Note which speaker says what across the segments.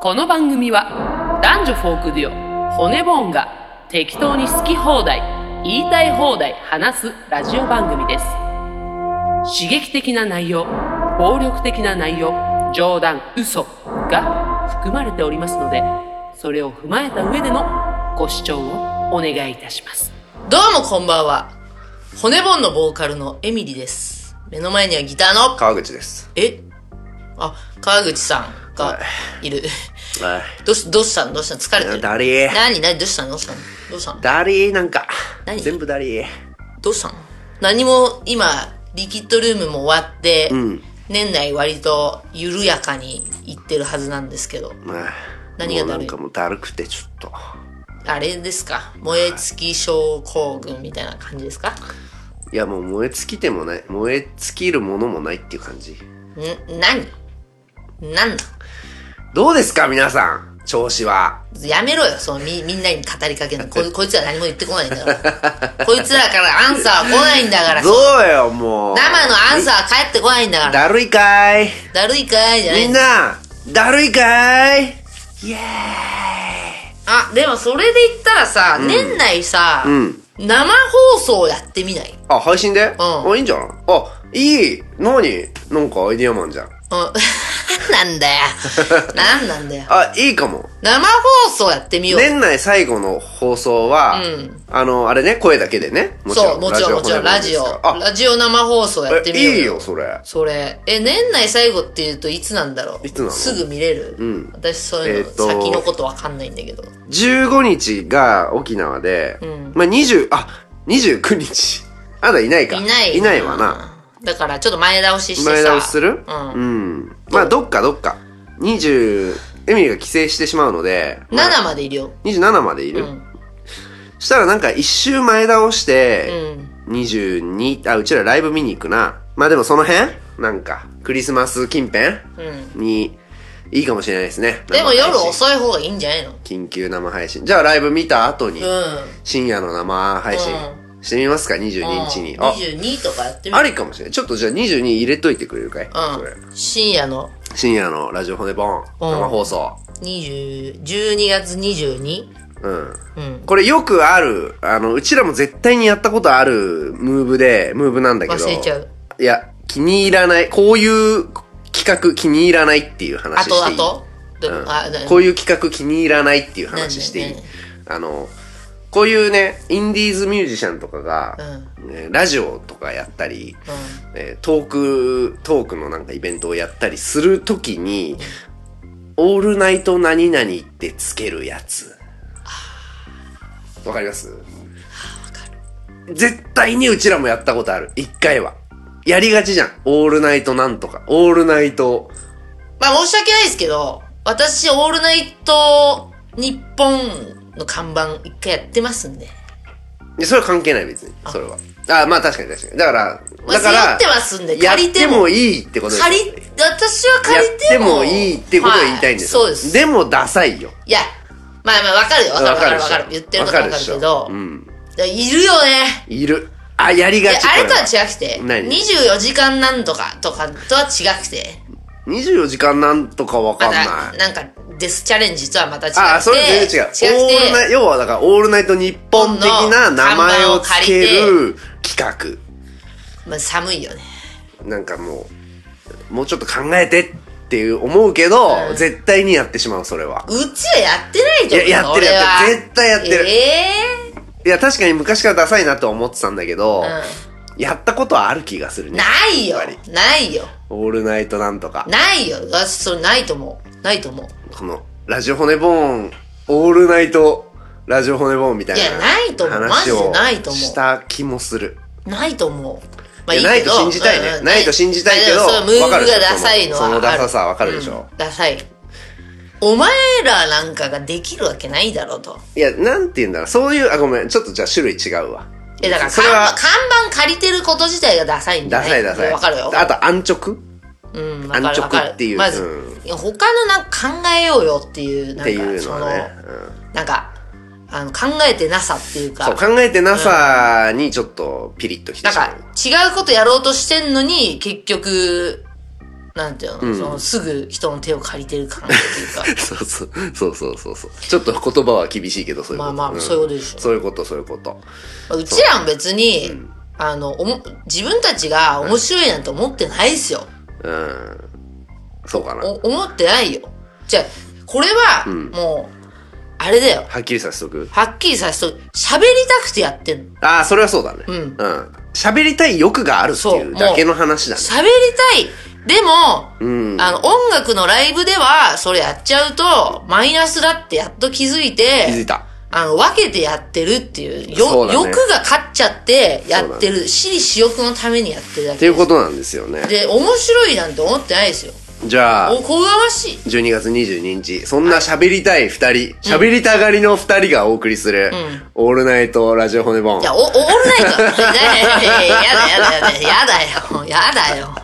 Speaker 1: この番組は男女フォークデュオ骨ボーンが適当に好き放題言いたい放題話すラジオ番組です刺激的な内容暴力的な内容冗談嘘が含まれておりますのでそれを踏まえた上でのご視聴をお願いいたします
Speaker 2: どうもこんばんは。骨盆のボーカルのエミリです。目の前にはギターの、
Speaker 3: 川口です。
Speaker 2: えあ、川口さんがいる。
Speaker 3: は
Speaker 2: どうし、どうしたのどうしたの疲れて
Speaker 3: い。
Speaker 2: る。
Speaker 3: だりー。
Speaker 2: 何何どうしたのどうしたのどうしたの
Speaker 3: だりーなんか。
Speaker 2: 何
Speaker 3: 全部だりー。
Speaker 2: どうしたの何も今、リキッドルームも終わって、
Speaker 3: ん
Speaker 2: 年内割と緩やかにいってるはずなんですけど、
Speaker 3: まあ、
Speaker 2: 何がだるい
Speaker 3: もうなんかもうだるくてちょっと。
Speaker 2: あれですか燃え尽き症候群みたいな感じですか
Speaker 3: いやもう燃え尽きてもない。燃え尽きるものもないっていう感じ。
Speaker 2: ん何何なん
Speaker 3: どうですか皆さん。調子は。
Speaker 2: やめろよ、そのみ、みんなに語りかけんの。こいこいつら何も言ってこないんだ から。こいつらからアンサー来ないんだから。
Speaker 3: ど
Speaker 2: 生
Speaker 3: うよ、もう。
Speaker 2: のアンサー返ってこないんだから。
Speaker 3: だるいかーい。
Speaker 2: だるいかいじゃない
Speaker 3: みんな、だるいかーい。
Speaker 2: あ、でもそれで言ったらさ、年内さ、
Speaker 3: ん
Speaker 2: 生放送やってみないうん。
Speaker 3: あ、配信で
Speaker 2: うん
Speaker 3: あ、いいんじゃん。あ、いい。何なんかアイディアマンじゃん。
Speaker 2: なん だよ。なんなんだよ。
Speaker 3: あ、いいかも。
Speaker 2: 生放送やってみよう。
Speaker 3: 年内最後の放送は、
Speaker 2: うん
Speaker 3: あの、あれね、声だけでね。もち
Speaker 2: そ
Speaker 3: ろん、
Speaker 2: う、もちろん、もちろん、ラジオ。
Speaker 3: あ、
Speaker 2: ラジオ生放送やってみよう。
Speaker 3: えいいよ、。それ。
Speaker 2: それ。え、年内最後って言うといつなんだろう
Speaker 3: いつなの
Speaker 2: すぐ見れる
Speaker 3: ん
Speaker 2: 私そういうの、
Speaker 3: えーと
Speaker 2: 先のことわかんないんだけど。
Speaker 3: 15日が沖縄で、
Speaker 2: ん
Speaker 3: まあ、20、あ、29日。 あんたいないか。
Speaker 2: いない
Speaker 3: いないわな。。
Speaker 2: だからちょっと前倒ししてさ。
Speaker 3: 前倒しする
Speaker 2: うん
Speaker 3: うん。まあ、どっかどっか。20、エミリーが帰省してしまうので、まあ
Speaker 2: 7までいるよ。
Speaker 3: 27までいうる。
Speaker 2: ん。
Speaker 3: したらなんか一周前倒し
Speaker 2: う
Speaker 3: て、
Speaker 2: ん。
Speaker 3: 22、あ、うちらライブ見に行くな。まあでもその辺なんか、クリスマス近辺
Speaker 2: うん。
Speaker 3: に、いいかもしれないですね。
Speaker 2: でも夜
Speaker 3: い。
Speaker 2: 遅い方がいいんじゃないの
Speaker 3: 緊急生配信。じゃあライブ見た後に、
Speaker 2: う
Speaker 3: 深夜の生配信
Speaker 2: う
Speaker 3: してみますか、
Speaker 2: ん。
Speaker 3: 22日に。
Speaker 2: うん
Speaker 3: あ、
Speaker 2: 22とかやってみ
Speaker 3: あ
Speaker 2: る。
Speaker 3: りかもしれない。ちょっとじゃあ22入れといてくれるかい、これ
Speaker 2: うん。深夜の
Speaker 3: 深夜のラジオ骨ボン、生放送。
Speaker 2: 20、12月 22?
Speaker 3: うん。
Speaker 2: うん。
Speaker 3: これよくある、あの、うちらも絶対にやったことあるムーブで、ムーブなんだけど。
Speaker 2: 忘れちゃう。
Speaker 3: いや、気に入らない。こういう企画気に入らないっていう
Speaker 2: あ
Speaker 3: 話していい
Speaker 2: とあとど
Speaker 3: うん
Speaker 2: あだ
Speaker 3: こういう企画気に入らないっていう話していい
Speaker 2: 何何
Speaker 3: あのこういうねインディーズミュージシャンとかが、ねラジオとかやったり、えートークトークのなんかイベントをやったりするときに「オールナイト何々」ってつけるやつわかります絶対にうちらもやったことある一回はやりがちじゃん「オールナイトなんとか」「オールナイト
Speaker 2: まあ申し訳ないですけど、私、オールナイト日本の看板一回やってますんで。
Speaker 3: でそれは関係ない別にそれはあまあ確かに確かにだから
Speaker 2: まあ
Speaker 3: だか
Speaker 2: 背負ってま
Speaker 3: ら
Speaker 2: すんで、
Speaker 3: やっ
Speaker 2: 借りて
Speaker 3: て
Speaker 2: も、
Speaker 3: もいいってことですよ
Speaker 2: 借り、私は
Speaker 3: や
Speaker 2: 借り
Speaker 3: って
Speaker 2: ても。
Speaker 3: もいいってことを言いたいんですよ、
Speaker 2: はそうです。
Speaker 3: でもダサいよ
Speaker 2: いや、まあまあわかるよ。わかるわかるわかる。
Speaker 3: でし
Speaker 2: 言
Speaker 3: ょ
Speaker 2: ってることわかる
Speaker 3: でしょ
Speaker 2: けど
Speaker 3: う、ん
Speaker 2: いやいるよね。
Speaker 3: いるあやり
Speaker 2: い
Speaker 3: が
Speaker 2: や
Speaker 3: ち
Speaker 2: あれとは
Speaker 3: こ
Speaker 2: 違くて、
Speaker 3: 何
Speaker 2: 24時間なんとかとかとは違くて、
Speaker 3: れは24時間なんとかわか
Speaker 2: ま
Speaker 3: んない、
Speaker 2: た、なんか、デスチャレンジとはまた違くて、
Speaker 3: ああそれ全然違う
Speaker 2: く
Speaker 3: オールナ
Speaker 2: て、
Speaker 3: イ要はだから「オールナイト日本」的な名前をつける企
Speaker 2: まあ寒いよね。
Speaker 3: 画なんかもうもうちょっと考えてっていう思うけど、
Speaker 2: うん
Speaker 3: 絶対にやってしまうそれは
Speaker 2: うちはやってないと思う
Speaker 3: いややってるやってる絶対やってる
Speaker 2: え
Speaker 3: いや確かに昔からダサいなとは思ってたんだけど、
Speaker 2: う
Speaker 3: やったことはある気がする
Speaker 2: え
Speaker 3: ね
Speaker 2: ないよ
Speaker 3: やっぱり
Speaker 2: ないよ
Speaker 3: オールナイトなんとか
Speaker 2: ないよ私それないと思うないと思う
Speaker 3: このラジオ骨ボーンオールナイトラジオ骨ボーンみたいない
Speaker 2: やないと思う
Speaker 3: 話
Speaker 2: マジで
Speaker 3: を
Speaker 2: ないと思う
Speaker 3: した気もする
Speaker 2: ないと思うま
Speaker 3: いやないと信じたいねないと信じたいけど
Speaker 2: まあでもそうムー
Speaker 3: わか
Speaker 2: ブ
Speaker 3: る
Speaker 2: が
Speaker 3: でしょ
Speaker 2: ダサいのは
Speaker 3: そのその
Speaker 2: ある
Speaker 3: ダサさわかるでしょ
Speaker 2: うんダサいお前らなんかができるわけないだろうと
Speaker 3: いやなんて言うんだろうそういうあごめんちょっとじゃあ種類違うわ
Speaker 2: えだから
Speaker 3: そ
Speaker 2: 看
Speaker 3: れは
Speaker 2: 板看板借りてること自体がダサいんだ
Speaker 3: ダ
Speaker 2: ね
Speaker 3: サいダサい
Speaker 2: わかるよ
Speaker 3: あと安直
Speaker 2: うんわかるわかる
Speaker 3: 安直っていう
Speaker 2: まず、
Speaker 3: う
Speaker 2: いや他のなんか考えようよっていうなん
Speaker 3: っ
Speaker 2: か
Speaker 3: ていう
Speaker 2: そ
Speaker 3: の
Speaker 2: の
Speaker 3: はね、うん
Speaker 2: なんかあの考えてなさっていうか
Speaker 3: そう考えてなさにちょっとピリッときて
Speaker 2: なん
Speaker 3: しま
Speaker 2: か
Speaker 3: う
Speaker 2: 違うことやろうとしてんのに結局なんていうの、そのすぐ人の手を借りてる感じっていうか。
Speaker 3: そうそうそうそうそうそうちょっと言葉は厳しいけどそういうこと
Speaker 2: まあまあ
Speaker 3: ん
Speaker 2: そういうことでしょ
Speaker 3: そういうことそういうこと
Speaker 2: まあうちらも別に、あの、おも、自分たちが面白いなんて思ってないですよ。
Speaker 3: うんそうかな
Speaker 2: お思ってないよ。じゃあ、これは、もう、あれだよ。
Speaker 3: はっきりさせとく
Speaker 2: はっきりさせと、喋りたくてやってんの。
Speaker 3: ああそれはそうだね
Speaker 2: うん
Speaker 3: うん喋りたい欲があるっていうだけの話だね
Speaker 2: 喋りたい。でも、
Speaker 3: うん
Speaker 2: あの、音楽のライブでは、それやっちゃうと、マイナスだってやっと気づい
Speaker 3: 気づ
Speaker 2: て、
Speaker 3: いた
Speaker 2: あの、分けてやってるっていう、
Speaker 3: そ
Speaker 2: よ、
Speaker 3: うだね
Speaker 2: 欲が勝っちゃってやってる。私利私欲のためにやってるだ
Speaker 3: って
Speaker 2: け
Speaker 3: いうことなんですよね
Speaker 2: で。面白いなんて思ってないですよ。
Speaker 3: じゃあ
Speaker 2: お、こがましい。
Speaker 3: 12月22日、そんな喋りたい二人、喋りたがりの二人がお送りする、オールナイトラジオ骨ボン
Speaker 2: い。や、お、おオールナイト。やだやだやだやだよ。やだよ。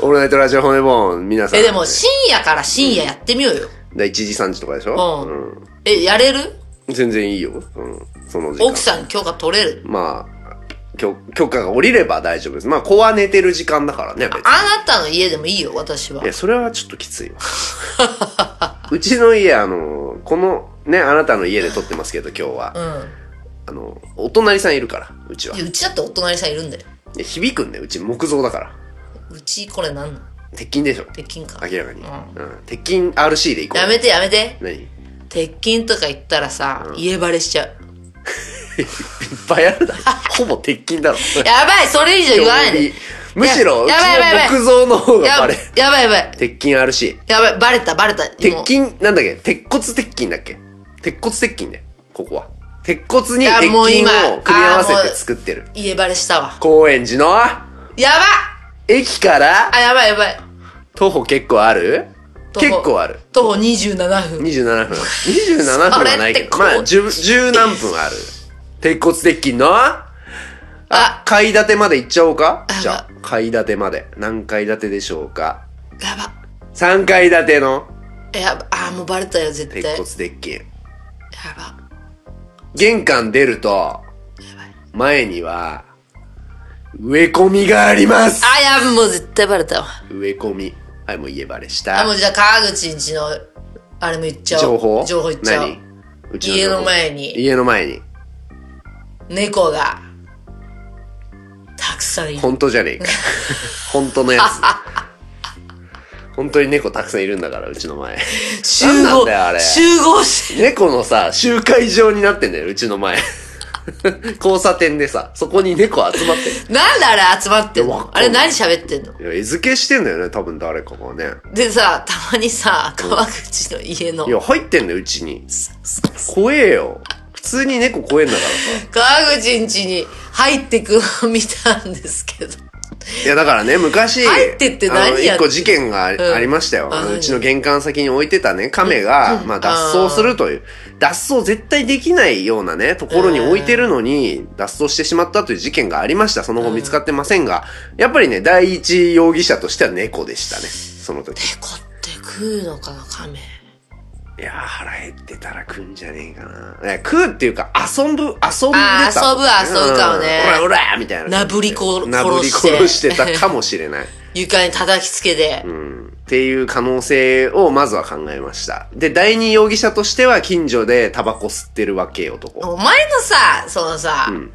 Speaker 3: オールナイトラジオ骨ボン、皆さん。
Speaker 2: え、でも深夜から深夜やってみようよ。
Speaker 3: 1時3時とかでしょ
Speaker 2: うん。え、やれる
Speaker 3: うん。全然いいよ。うん。その時間。
Speaker 2: 奥さん許可取れる
Speaker 3: まあ、許許可が下りれば大丈夫です。まあ、子は寝てる時間だからね、別に。
Speaker 2: あなたの家でもいいよ、私は。
Speaker 3: いや、それはちょっときつい わ。うちの家、あの、この、ね、あなたの家で撮ってますけど、今日は。
Speaker 2: うん。
Speaker 3: あの、お隣さんいるから、うちは。
Speaker 2: い
Speaker 3: い
Speaker 2: やうちだってお隣さんいるんだよ。
Speaker 3: や響くんだよ、うち木造だから。
Speaker 2: うち、これなんなの
Speaker 3: 鉄筋でしょ。
Speaker 2: 鉄筋か。
Speaker 3: 明らかに、
Speaker 2: う
Speaker 3: うん鉄筋 RC で行こう
Speaker 2: やめてやめて。
Speaker 3: 何いっ
Speaker 2: 鉄筋とか言ったらさ、家バレしちゃう。
Speaker 3: ぱいあ るだろほぼ鉄筋だろ
Speaker 2: やばい、それ以上言わないで。
Speaker 3: むしろうち
Speaker 2: やばいやばいやばい
Speaker 3: の木造の方が
Speaker 2: や
Speaker 3: バ
Speaker 2: ば
Speaker 3: レ
Speaker 2: い、やばいやばい。
Speaker 3: 鉄筋 RC
Speaker 2: やばい、バレた、バレた。
Speaker 3: 鉄
Speaker 2: もう
Speaker 3: 筋なんだっけ鉄骨鉄筋だっけ鉄骨鉄筋でここは鉄骨に
Speaker 2: いや
Speaker 3: 鉄筋
Speaker 2: もう今
Speaker 3: を組み合わせ
Speaker 2: あーも
Speaker 3: て
Speaker 2: う
Speaker 3: 作ってる
Speaker 2: 家バレしたわ。
Speaker 3: 高円寺の
Speaker 2: や
Speaker 3: 駅か
Speaker 2: ば
Speaker 3: ら
Speaker 2: あ、やばいやばい。
Speaker 3: 徒歩結構ある
Speaker 2: 徒歩
Speaker 3: 結構ある
Speaker 2: 徒歩27分。
Speaker 3: 27分27分はないけど
Speaker 2: それ
Speaker 3: ま
Speaker 2: ってこう
Speaker 3: あ十十何分ある鉄骨鉄筋のあ
Speaker 2: あ、
Speaker 3: 階建てまで行っちゃおうか
Speaker 2: あ
Speaker 3: じゃあ、階建てまで。何階建てでしょうか
Speaker 2: やば。
Speaker 3: ?3 階建ての
Speaker 2: えやば、あー、もうバレたよ、絶対。
Speaker 3: 鉄
Speaker 2: や
Speaker 3: 骨鉄筋。
Speaker 2: ば。
Speaker 3: 玄関出ると、前には、植え込みがあります
Speaker 2: あ、やば、もう絶対バレたわ。
Speaker 3: 植え込み。はい、もう家バレし
Speaker 2: あ、もう
Speaker 3: た。
Speaker 2: じゃあ川口んちの、あれも言っちゃおう。
Speaker 3: 情報
Speaker 2: 情報言っちゃおう
Speaker 3: 何。うち
Speaker 2: 家
Speaker 3: 情報
Speaker 2: の前に
Speaker 3: 家の前に。
Speaker 2: 猫が、たくさんいる。
Speaker 3: 本当じゃねえ か。本当のやつ。本当に猫たくさんいるんだから、うちの前。
Speaker 2: 集
Speaker 3: 何なん
Speaker 2: 合
Speaker 3: だよあれ、
Speaker 2: 集合し、
Speaker 3: 猫のさ、集会場になってんだよ、うちの前。 交差点でさ、そこに猫集まってる
Speaker 2: なんであれ集まってん
Speaker 3: いやわ
Speaker 2: の
Speaker 3: か
Speaker 2: あ
Speaker 3: んない
Speaker 2: れ何喋ってんの。
Speaker 3: いや、餌付けしてんだよね、多分誰かがね。
Speaker 2: でさ、たまにさ、川口の家の
Speaker 3: い、や、入ってんだよ、うちに。怖えよ。普通に猫怖えんだからさ。
Speaker 2: 川口んちに入ってくのを見たんですけど。
Speaker 3: いや、だからね、昔、
Speaker 2: 入ってって何
Speaker 3: あの
Speaker 2: や
Speaker 3: 一
Speaker 2: っ
Speaker 3: 個事件があり,、
Speaker 2: うん
Speaker 3: ましたよ。あの
Speaker 2: 何
Speaker 3: うちの玄関先に置いてたね、亀が、まあ、脱走するという。脱走絶対できないようなね、ところに置いてるのに、脱走してしまったという事件がありました。その後見つかってませんが、やっぱりね、第一容疑者としては猫でしたね、そ の時。
Speaker 2: 猫って食うのかな、亀。
Speaker 3: いやー、腹減ってたら食うんじゃねえかな。いや食うっていうか、遊ぶ、遊んでた。
Speaker 2: あー遊ぶ遊ぶかもね
Speaker 3: うんほら、ほらみたいな。
Speaker 2: なぶりこ
Speaker 3: なぶり殺
Speaker 2: 殺
Speaker 3: し
Speaker 2: してて
Speaker 3: たかもしれない。
Speaker 2: 床に叩きつけて。
Speaker 3: うん。っていう可能性をまずは考えました。で、第二容疑者としては、近所でタバコ吸ってるわけ男。
Speaker 2: お前のさ、そのさ、
Speaker 3: ん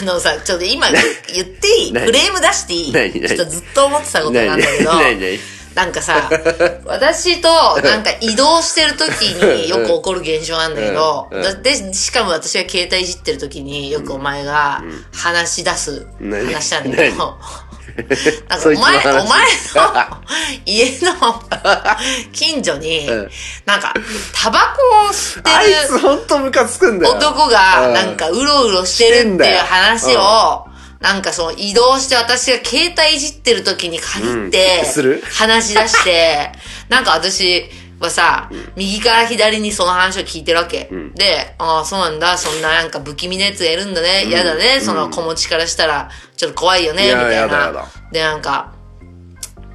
Speaker 2: あのさ、ちょっと今言っていい
Speaker 3: 何
Speaker 2: クレーム出していい
Speaker 3: 何何
Speaker 2: ちょっとずっと思ってたこと
Speaker 3: な
Speaker 2: なんだけど、
Speaker 3: ないない。
Speaker 2: なんか さ、私となんか移動してる時によく起こる現象なんだけど、
Speaker 3: うんうん
Speaker 2: だで、しかも私が携帯いじってる時によくお前が話し出す
Speaker 3: 何
Speaker 2: 話なんだけど、なんか
Speaker 3: そ
Speaker 2: お
Speaker 3: いつの
Speaker 2: 前、お前の
Speaker 3: 話
Speaker 2: 家の近所に
Speaker 3: うん、
Speaker 2: なんか、タバコを吸ってる、
Speaker 3: あいつほんとムカつくんだよ。
Speaker 2: 男がなんかうろうろしてるっていう話を、なんかその移動して私が携帯いじってる時に限っ
Speaker 3: う
Speaker 2: て
Speaker 3: んする、
Speaker 2: 話し出して、 なんか私はさ、右から左にその話を聞いてるわけ。で、ああ、そうなんだ、そんななんか不気味なやつがいるんだね、嫌だね、その子持ちからしたら、ちょっと怖いよね、
Speaker 3: い
Speaker 2: み
Speaker 3: や
Speaker 2: た
Speaker 3: や
Speaker 2: い
Speaker 3: だや
Speaker 2: な
Speaker 3: だ。
Speaker 2: で、なんか、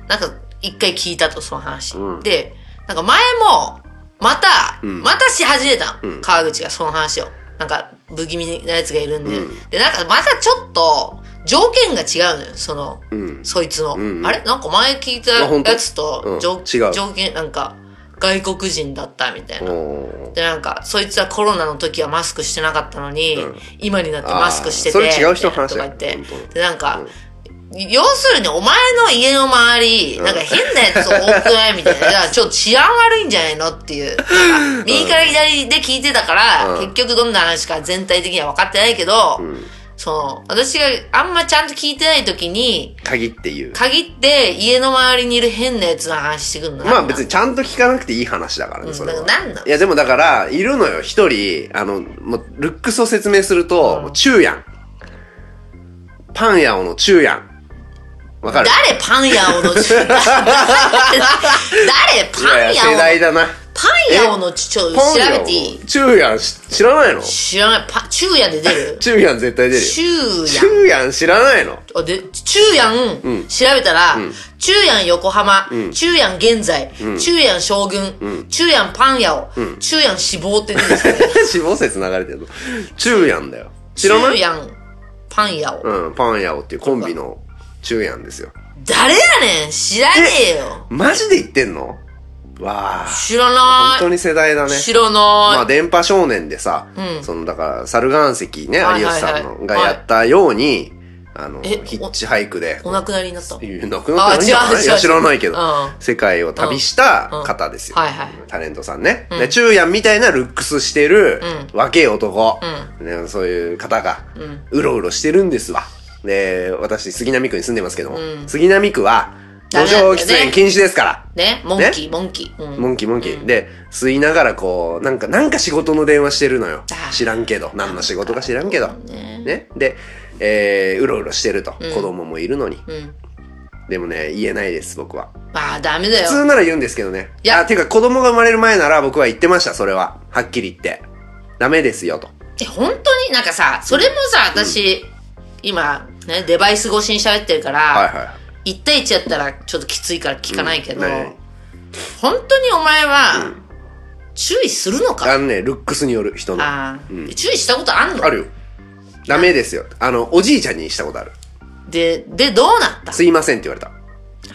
Speaker 2: なんか一回聞いたと、その話。
Speaker 3: うん
Speaker 2: で、なんか前も、また、
Speaker 3: ん
Speaker 2: またし始めたの、
Speaker 3: ん
Speaker 2: 川口がその話を。なんか、不気味なやつがいるんで。で、なんかまたちょっと、条件が違うのよ、その、
Speaker 3: うん
Speaker 2: そいつの。
Speaker 3: うん
Speaker 2: あれなんか前聞いた
Speaker 3: あ本当
Speaker 2: やつと、
Speaker 3: うん
Speaker 2: 条
Speaker 3: 違う
Speaker 2: 条件、なんか、外国人だったみたいな。
Speaker 3: お
Speaker 2: で、なんか、そいつはコロナの時はマスクしてなかったのに、
Speaker 3: うん
Speaker 2: 今になってマスクしてて、
Speaker 3: あーそれ違う人の話
Speaker 2: と
Speaker 3: だ
Speaker 2: か
Speaker 3: よ
Speaker 2: 言って
Speaker 3: 本当に。
Speaker 2: で、なんか、要するにお前の家の周り、なんか変なやつ多くないみたいな。 だからちょっと治安悪いんじゃないのっていう。なんか右から左で聞いてたから、
Speaker 3: うん
Speaker 2: 結局どんな話か全体的には分かってないけど、
Speaker 3: ん
Speaker 2: その、私があんまちゃんと聞いてない時に、
Speaker 3: 鍵っていう
Speaker 2: 限って家の周りにいる変なやつの話してくんの。
Speaker 3: まあ別にちゃんと聞かなくていい話だから
Speaker 2: う
Speaker 3: ね、
Speaker 2: ん
Speaker 3: それ
Speaker 2: なん
Speaker 3: は。
Speaker 2: かなんなの
Speaker 3: いやでもだから、いるのよ、一人、あの、もう、ルックスを説明すると、もう中やん。パン屋をの中やん。わか る
Speaker 2: 誰パン屋をのち 誰パン
Speaker 3: いやいや、世
Speaker 2: 屋を
Speaker 3: 代だな。
Speaker 2: パン屋をのちちょっと
Speaker 3: パン
Speaker 2: 調
Speaker 3: 屋
Speaker 2: べ
Speaker 3: を
Speaker 2: ていい
Speaker 3: 中やんし知らないの
Speaker 2: 知らない。パ、昼夜で出る
Speaker 3: 中やん絶 対出るよ。
Speaker 2: 昼夜。
Speaker 3: 中やん知らないの
Speaker 2: あで、中やん、
Speaker 3: うん
Speaker 2: 調べたら、
Speaker 3: ん
Speaker 2: 中やん横浜、
Speaker 3: ん
Speaker 2: 中やん現在、
Speaker 3: ん
Speaker 2: 中やん将軍、
Speaker 3: ん
Speaker 2: 中やんパン屋を、
Speaker 3: ん
Speaker 2: 中やん死亡って出てきて、
Speaker 3: 死亡説流れてるの。中やんだよ。 知らな
Speaker 2: 中
Speaker 3: い
Speaker 2: やんパン屋を。
Speaker 3: うん、パン屋をっていうコンビの中やんですよ。
Speaker 2: 誰やねん知らねえよ。
Speaker 3: マジで言ってんのわあ。
Speaker 2: 知ら
Speaker 3: 本
Speaker 2: な
Speaker 3: 当に世代だ
Speaker 2: い。
Speaker 3: ね。
Speaker 2: 知らない。
Speaker 3: まあ、電波少年でさ、
Speaker 2: うん
Speaker 3: その、だから、猿岩石ね、
Speaker 2: はいはいはい
Speaker 3: 有吉さんの、がやったように、あの、
Speaker 2: え
Speaker 3: ヒッチハイクで、
Speaker 2: お亡くなりになった。はい
Speaker 3: いう亡くなったの
Speaker 2: あ
Speaker 3: いや
Speaker 2: 違う違う
Speaker 3: いや知らないけど、
Speaker 2: うん
Speaker 3: 世界を旅した方ですよ。
Speaker 2: はいはい。
Speaker 3: タレントさんね。で、中やんみたいなルックスしてる、若い男、ねそういう方が、うろうろしてるんですわ。で、私、杉並区に住んでますけども、杉並区は、
Speaker 2: ダ
Speaker 3: 路
Speaker 2: メなんだよね
Speaker 3: 上喫煙禁止ですから。
Speaker 2: ね、モンキー、モンキー。うん。
Speaker 3: モンキーモンキー。で、吸いながらこう、なんか、なんか仕事の電話してるのよ
Speaker 2: あ。ー
Speaker 3: 知らんけど。何の仕事か知らんけど。
Speaker 2: ね
Speaker 3: ね。で、えー、うろうろしてると。
Speaker 2: うん
Speaker 3: 子供もいるのに。
Speaker 2: うん。
Speaker 3: でもね、言えないです、僕は。
Speaker 2: まあ、ダメだ
Speaker 3: 普
Speaker 2: よ。
Speaker 3: 通なら言うんですけどね。
Speaker 2: いや
Speaker 3: あてか、子供が生まれる前なら僕は言ってました、それは。はっきり言って。ダメですよ、と。
Speaker 2: え、本当になんかさ、それもさ、私、今、ね、デバイス越しに喋ってるから、
Speaker 3: はいはい。
Speaker 2: 一対一やったらちょっときついから聞かないけど、
Speaker 3: うんない
Speaker 2: 本当にお前は注意するのか、
Speaker 3: あのね、ルックスによる人の。あ
Speaker 2: ああ、注意したことあんの
Speaker 3: るよ。ダメですよ。あの、おじいちゃんにしたことある。
Speaker 2: で、で、どうなった
Speaker 3: すいませんって言われた。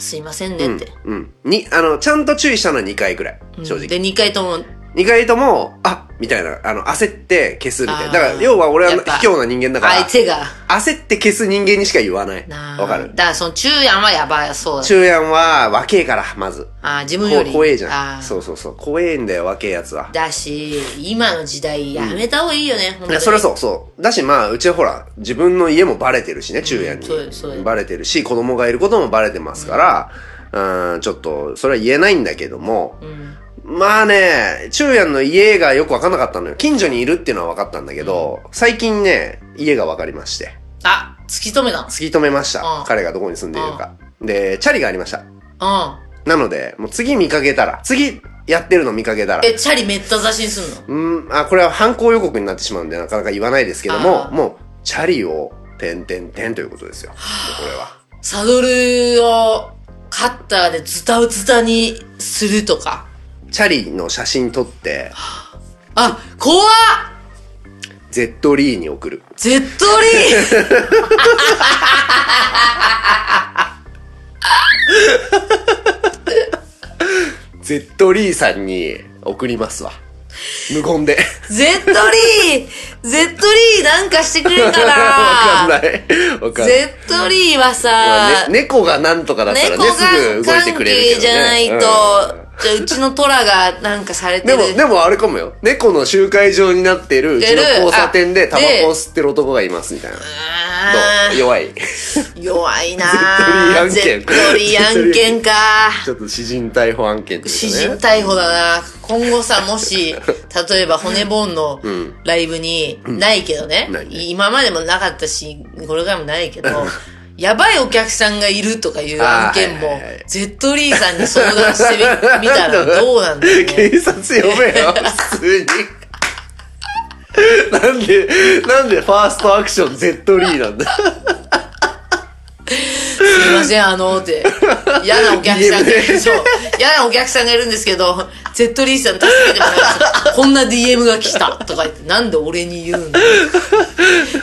Speaker 2: すいませんねって。
Speaker 3: うん。に、あの、ちゃんと注意したのは2回ぐらい。正直。
Speaker 2: で、2回とも、
Speaker 3: 二回とも、あみたいな、あの、焦って消すみたい
Speaker 2: あー
Speaker 3: な。だから、要は俺は
Speaker 2: やっぱ
Speaker 3: 卑怯な人間だから
Speaker 2: 相、手が、
Speaker 3: 焦って消す人間にしか言わない。
Speaker 2: なあ
Speaker 3: わかる
Speaker 2: だからその中やんはやばいそうだ。
Speaker 3: 中やんは、若えから、まず。
Speaker 2: ああ、自
Speaker 3: こ
Speaker 2: 分より。
Speaker 3: 怖えじ
Speaker 2: あ
Speaker 3: ゃん。
Speaker 2: あ
Speaker 3: そうそうそう。怖えんだよ、若えやつは。
Speaker 2: だし、今の時代やめた方がいいよね、本
Speaker 3: い
Speaker 2: 当
Speaker 3: や
Speaker 2: に。
Speaker 3: そりゃそう、そう。だし、まあ、うちはほら、自分の家もバレてるしね、中やんに
Speaker 2: そうよそうよ。
Speaker 3: バレてるし、子供がいることもバレてますから、うん、ちょっと、それは言えないんだけども、
Speaker 2: うん。
Speaker 3: まあね、中やんの家がよくわかんなかったのよ。近所にいるっていうのはわかったんだけど、最近ね、家がわかりまして。
Speaker 2: あ、突き止めた
Speaker 3: 突き止めました
Speaker 2: うん。
Speaker 3: 彼がどこに住んでいるか。で、チャリがありました。
Speaker 2: の。
Speaker 3: なので、もう次見かけたら、次やってるの見かけたら
Speaker 2: うん。、え、チャリめった刺しにすんの
Speaker 3: うん、あ、これは犯行予告になってしまうんで、なかなか言わないですけど
Speaker 2: あ
Speaker 3: も、
Speaker 2: ー
Speaker 3: もう、チャリを、てんてんてんということですよ。もうこれは。
Speaker 2: サドルをカッターでズタズタにするとか。
Speaker 3: チャリの写真撮って、
Speaker 2: あ、怖っ
Speaker 3: Z リーに送る。
Speaker 2: ゼット リー
Speaker 3: Z リーさんに送りますわ。無言で。
Speaker 2: ゼットリーゼットリーなんかしてくれるか
Speaker 3: わかん
Speaker 2: な
Speaker 3: ない。わかんない。
Speaker 2: ゼットリーは
Speaker 3: ま
Speaker 2: さ
Speaker 3: あ、ね、猫がなんとかだったら
Speaker 2: 猫
Speaker 3: ね、
Speaker 2: が
Speaker 3: すぐ動いて
Speaker 2: 関
Speaker 3: くれる
Speaker 2: 係
Speaker 3: けど、ね。
Speaker 2: じゃないと、
Speaker 3: うん
Speaker 2: じゃあうちのトラがなんかされて
Speaker 3: で
Speaker 2: る。
Speaker 3: も、でもあれかもよ。猫の集会場になってるうちの交差点で
Speaker 2: 出る
Speaker 3: タ
Speaker 2: あ
Speaker 3: バコを吸ってる男がいますみたいな。ど
Speaker 2: あ
Speaker 3: う
Speaker 2: ー
Speaker 3: 弱い。
Speaker 2: 弱いなぁ。
Speaker 3: ゼットリ
Speaker 2: ゼ
Speaker 3: ー案
Speaker 2: ット
Speaker 3: 件
Speaker 2: リー案件か。
Speaker 3: ちょっと詩人逮捕案件です
Speaker 2: 詩
Speaker 3: よね。
Speaker 2: 人逮捕だな今後さ、も し、例えば骨ボーンのライブに、ないけどね、
Speaker 3: ないね
Speaker 2: 今までもなかったし、これからもないけ ど、やばいお客さんがいるとかいう案件
Speaker 3: あーは
Speaker 2: も
Speaker 3: いはいはい、
Speaker 2: ゼットリーさんに相談してみ見たらどうなんだろうね。
Speaker 3: 警察呼べよ、普通に。なんで、なんでファーストアクション Z リーなんだ。
Speaker 2: すいません、あのーって。嫌なお客さんがいる、 そう。嫌なお客さんがいるんですけど、ゼットリーさん助けてもらいます。こんな DM が来たとか言って、なんで俺に言うんだ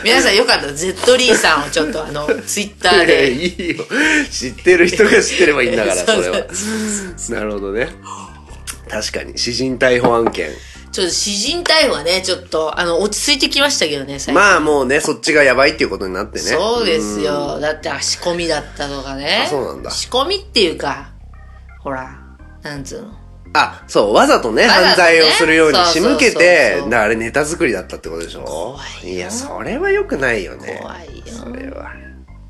Speaker 2: 皆さんよかったら、ゼットリーさんをちょっとあの、ツイッター
Speaker 3: いや
Speaker 2: で。
Speaker 3: いいよ知ってる人が知ってればいいんだからそれは
Speaker 2: そうそう
Speaker 3: なるほどね確かに詩人逮捕案件
Speaker 2: ちょっと詩人逮捕はね、ちょっと、あの、落ち着いてきましたけどね、最近。
Speaker 3: まあもうねそっちがやばいっていうことになってね
Speaker 2: そうです
Speaker 3: ん
Speaker 2: よ。だって、あ仕込みだったとかね。
Speaker 3: あそうなんだ
Speaker 2: 仕込みっていうか、ほら、なんつうの。
Speaker 3: あそうわざとね
Speaker 2: わざとね
Speaker 3: 犯罪をするように仕向けて
Speaker 2: そうそうそうそう
Speaker 3: だからあれネタ作りだったってことでしょ
Speaker 2: 怖いよ
Speaker 3: やそれはよくないよね
Speaker 2: 怖いよ
Speaker 3: それは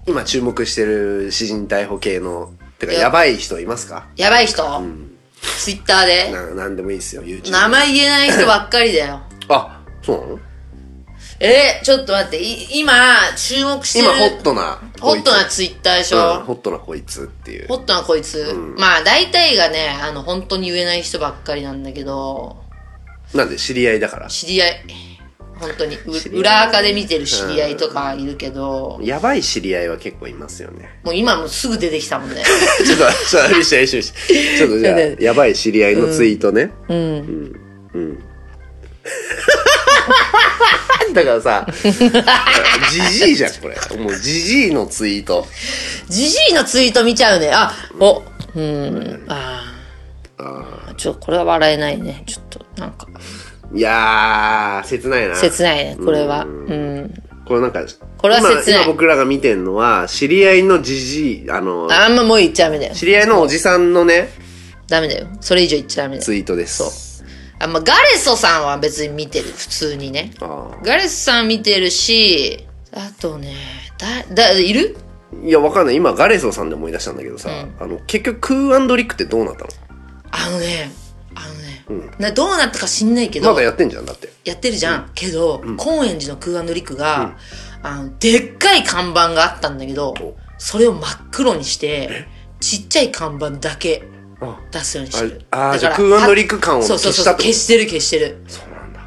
Speaker 3: 今注目してる詩人逮捕系のてかやばい人いますか
Speaker 2: やばい人、ツイッターで。
Speaker 3: ななんでもいいですよ YouTube
Speaker 2: 名前言えない人ばっかりだよ。
Speaker 3: あそうなの
Speaker 2: えー、ちょっと待って、い今、注目してる。
Speaker 3: 今ホットな
Speaker 2: ホットな
Speaker 3: こいつ
Speaker 2: ツイッターでし
Speaker 3: うん
Speaker 2: ょ、
Speaker 3: ホットなこいつっていう
Speaker 2: ホットなこいつ。まあ、大体がね、あの、本当に言えない人ばっかりなんだけど、
Speaker 3: なんで知り合いだから
Speaker 2: 知り合い、本当に、う
Speaker 3: 知り合い
Speaker 2: 裏垢で見てる知り合いとかいるけど、
Speaker 3: やばい知り合いは結構いますよね
Speaker 2: もう今もうすぐ出てきたもんね。
Speaker 3: ちょっとちょっと一緒一緒一緒ちょっとじゃあ
Speaker 2: ね
Speaker 3: やばい知り合いのツイートね、
Speaker 2: うん。
Speaker 3: だからさジジイじゃんこれもうジジイのツイート
Speaker 2: ジジイのツイート見ちゃうね。あ、お、うん、ああ。ちょっとこれは笑えないね。ちょっとなんか、
Speaker 3: いやー切ないな
Speaker 2: 切ないね、これは。うん。
Speaker 3: これなんか
Speaker 2: これは切ない
Speaker 3: 今今僕らが見てんのは知り合いのジジイあの
Speaker 2: あんまもう言っちゃダメだよ。
Speaker 3: 知り合いのおじさんのね
Speaker 2: ダメだよ。それ以上言っちゃダメだよ。
Speaker 3: ツイートです
Speaker 2: あんまガレソさんは別に見てる、普通にね。
Speaker 3: あ
Speaker 2: ガレソさん見てるし、あとね、だ、だ、いる
Speaker 3: ーいやわかんない今ガレソさんで思い出したんだけどさ、あの結局クーアンドリックってどうなったの
Speaker 2: あのね、あのね、などうなったか知んないけど、
Speaker 3: まだやってんじゃんだって
Speaker 2: やってるじゃん、けど、高円寺の空ドリックが、あのでっかい看板があったんだけど
Speaker 3: お
Speaker 2: それを真っ黒にしてちっちゃい看板だけ
Speaker 3: あ
Speaker 2: 出すようにしてる
Speaker 3: ああ
Speaker 2: だ
Speaker 3: じゃ
Speaker 2: から
Speaker 3: あ空アンドリック感を
Speaker 2: そ
Speaker 3: 消
Speaker 2: うそう
Speaker 3: し
Speaker 2: そ
Speaker 3: た
Speaker 2: う
Speaker 3: って
Speaker 2: 消してる消してる
Speaker 3: そうなんだ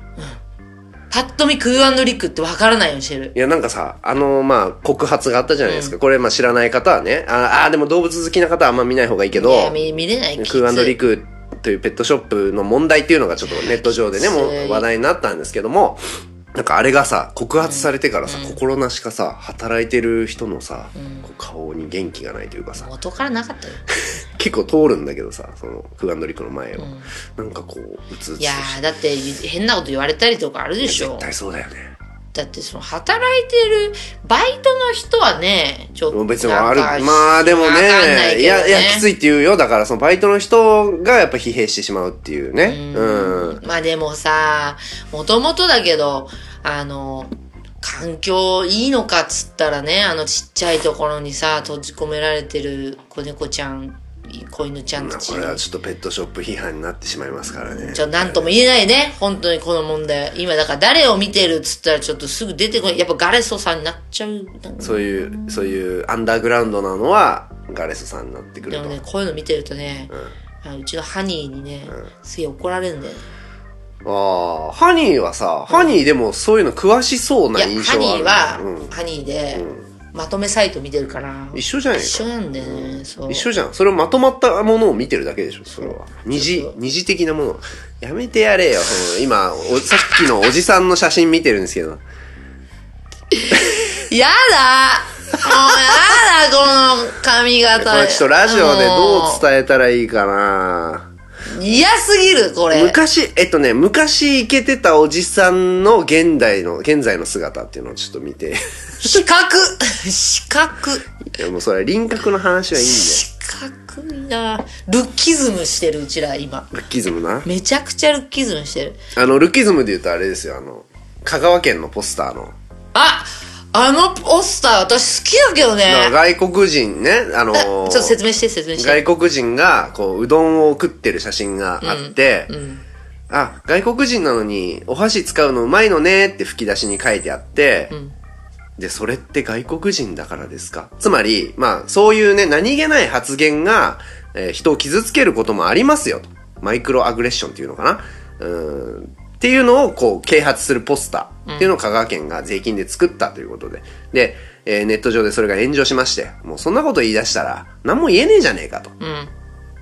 Speaker 2: パッと見空ドリックってわからないようにしてる
Speaker 3: いや、なんかさ、あの、まあ、告発があったじゃないですか。これ、まあ、知らない方はね、ああー、でも動物好きな方はあんま見ない方がいいけど
Speaker 2: い、や見見れないきつい
Speaker 3: クーアンドリクというペットショップの問題っていうのがちょっとネット上でね、
Speaker 2: きつい
Speaker 3: もう話題になったんですけども、なんかあれがさ、告発されてからさ、心なしかさ、働いてる人のさ、こう顔に元気がないというかさ、
Speaker 2: 元からなかったよ
Speaker 3: 結構通るんだけどさ、その、クーアンドリクの前を。なんかこう、うつうつとし
Speaker 2: い
Speaker 3: て
Speaker 2: やーだって変なこと言われたりとかあるでしょ
Speaker 3: 絶対そうだよね。
Speaker 2: だってその働いてるバイトの人はねちょっと
Speaker 3: 別にある
Speaker 2: なんか
Speaker 3: まあでもね
Speaker 2: わかんないけどね
Speaker 3: いやいやきついって言うよだからそのバイトの人がやっぱ疲弊してしまうっていうねうん
Speaker 2: まあでもさ、もともとだけど、あの、環境いいのかっつったらね、あのちっちゃいところにさ、閉じ込められてる子猫ちゃん、子犬ちゃん
Speaker 3: ま
Speaker 2: た
Speaker 3: あ
Speaker 2: ち。
Speaker 3: これはちょっとペットショップ批判になってしまいますからね
Speaker 2: ちょ、なんとも言えないね。本当にこの問題。今、だから誰を見てるっつったらちょっとすぐ出てこない。やっぱガレソさんになっちゃう。なんか
Speaker 3: そういうそういうアンダーグラウンドなのはガレスさんになってく
Speaker 2: で
Speaker 3: る
Speaker 2: も
Speaker 3: と、
Speaker 2: ね、こういうの見てるとね、あのうちのハニーにね、すげえ怒られるんだよね。
Speaker 3: ああハニーはさハニーでもそういうの詳しそう
Speaker 2: い
Speaker 3: な
Speaker 2: や、
Speaker 3: 印
Speaker 2: ハ
Speaker 3: 象
Speaker 2: ニ
Speaker 3: はあ
Speaker 2: ー
Speaker 3: る
Speaker 2: は、
Speaker 3: うん
Speaker 2: ハニーで、まとめサイト見てるから。
Speaker 3: 一緒じゃないか
Speaker 2: 一緒なんだよね、そう
Speaker 3: 一緒じゃんそれをまとまったものを見てるだけでしょそれは二次
Speaker 2: そう
Speaker 3: 二次的なものやめてやれよその今おさっきのおじさんの写真見てるんで すけど
Speaker 2: やだもうやだこの髪型
Speaker 3: これちょっとラジオでどう伝えたらいいかな
Speaker 2: 伝嫌すぎるこれ
Speaker 3: 昔えっとね昔イケてたおじさんの現代の現在の姿っていうのをちょっと見て
Speaker 2: 四角 四角
Speaker 3: いやもうそれ輪郭の話はいいんだ
Speaker 2: 四角いなルッキズムしてるうちら今
Speaker 3: よルッキズムな
Speaker 2: めちゃくちゃルッキズムしてる
Speaker 3: あのルッキズムで言うとあれですよあの香川県のポスターの
Speaker 2: ああのポスター私好きだけど
Speaker 3: あの
Speaker 2: ね
Speaker 3: 外国人ねあの
Speaker 2: あちょっと説明して説明して
Speaker 3: 外国人がこううどんを食ってる写真があって、あ外国人なのにお箸使うのうまいのねって吹き出しに書いてあって、でそれって外国人だからですかつまりまあそういうね何気ない発言が、えー人を傷つけることもありますよとマイクロアグレッションっていうのかなうーんっていうのをこう啓発するポスターっていうのを香川県が税金で作ったということで。で、えーネット上でそれが炎上しまして、もうそんなこと言い出したら、何も言えねえじゃねえかと。
Speaker 2: うん。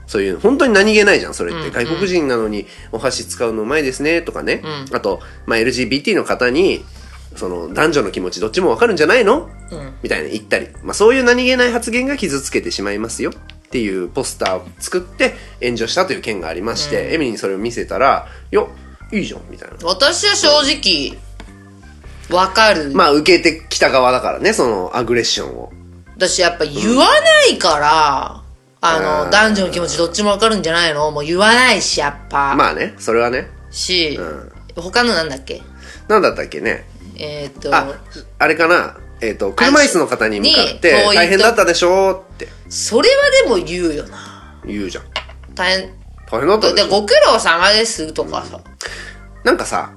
Speaker 3: そういう、本当に何気ないじゃん、それって。外国人なのにお箸使うのうまいですね、とかね。
Speaker 2: う
Speaker 3: あと、まあ、LGBT の方に、その、男女の気持ちどっちもわかるんじゃないの、
Speaker 2: うん
Speaker 3: みたいな言ったり。まあ、そういう何気ない発言が傷つけてしまいますよ。っていうポスターを作って炎上したという件がありまして、エミリーにそれを見せたら、よ、いいじゃん、みたいな。
Speaker 2: 私は正直、わかる。
Speaker 3: まあ、受けてきた側だからね、その、アグレッションを。
Speaker 2: 私やっぱ言わないから、あ
Speaker 3: う
Speaker 2: の、
Speaker 3: ん
Speaker 2: 男女の気持ちどっちもわかるんじゃないのもう言わないし、やっぱ。
Speaker 3: まあね、それはね。
Speaker 2: し、
Speaker 3: ん
Speaker 2: 他のなんだっけ
Speaker 3: なんだったっけね。
Speaker 2: えーっと、
Speaker 3: あ、あれかな。えっ、と、車椅子の方に向かって
Speaker 2: にこう言うと、
Speaker 3: 大変だったでしょって
Speaker 2: それはでも言うよな。
Speaker 3: 言うじゃん。
Speaker 2: 大変。
Speaker 3: 大変だったで
Speaker 2: で、
Speaker 3: しょ
Speaker 2: ご苦労様ですとかさ。
Speaker 3: なんかさ、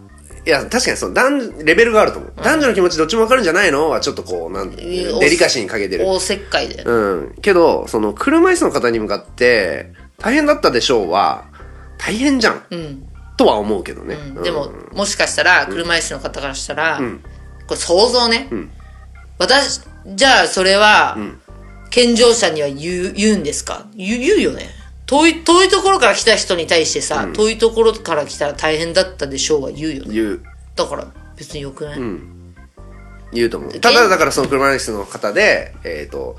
Speaker 3: いや、確かにその男、レベルがあると思う。男女の気持ちどっちもわかるんじゃないのはちょっとこう、なんてい
Speaker 2: う
Speaker 3: う
Speaker 2: ん
Speaker 3: のデリカシーに欠けてる。
Speaker 2: 大切開だよね。
Speaker 3: うん。けど、その、車椅子の方に向かって、大変だったでしょうは、大変じゃん。
Speaker 2: うん。
Speaker 3: とは思うけどね。うん
Speaker 2: でも、もしかしたら、車椅子の方からしたら、これ想像ね。私、じゃあそれは、健常者には言う、言うんですか言う言うよね。遠い、遠いところから来た人に対してさ、遠いところから来たら大変だったでしょうは言うよね。
Speaker 3: 言う。
Speaker 2: だから、別によくない、
Speaker 3: 言うと思う。ただ、だからその車椅子の方で、えっ、と、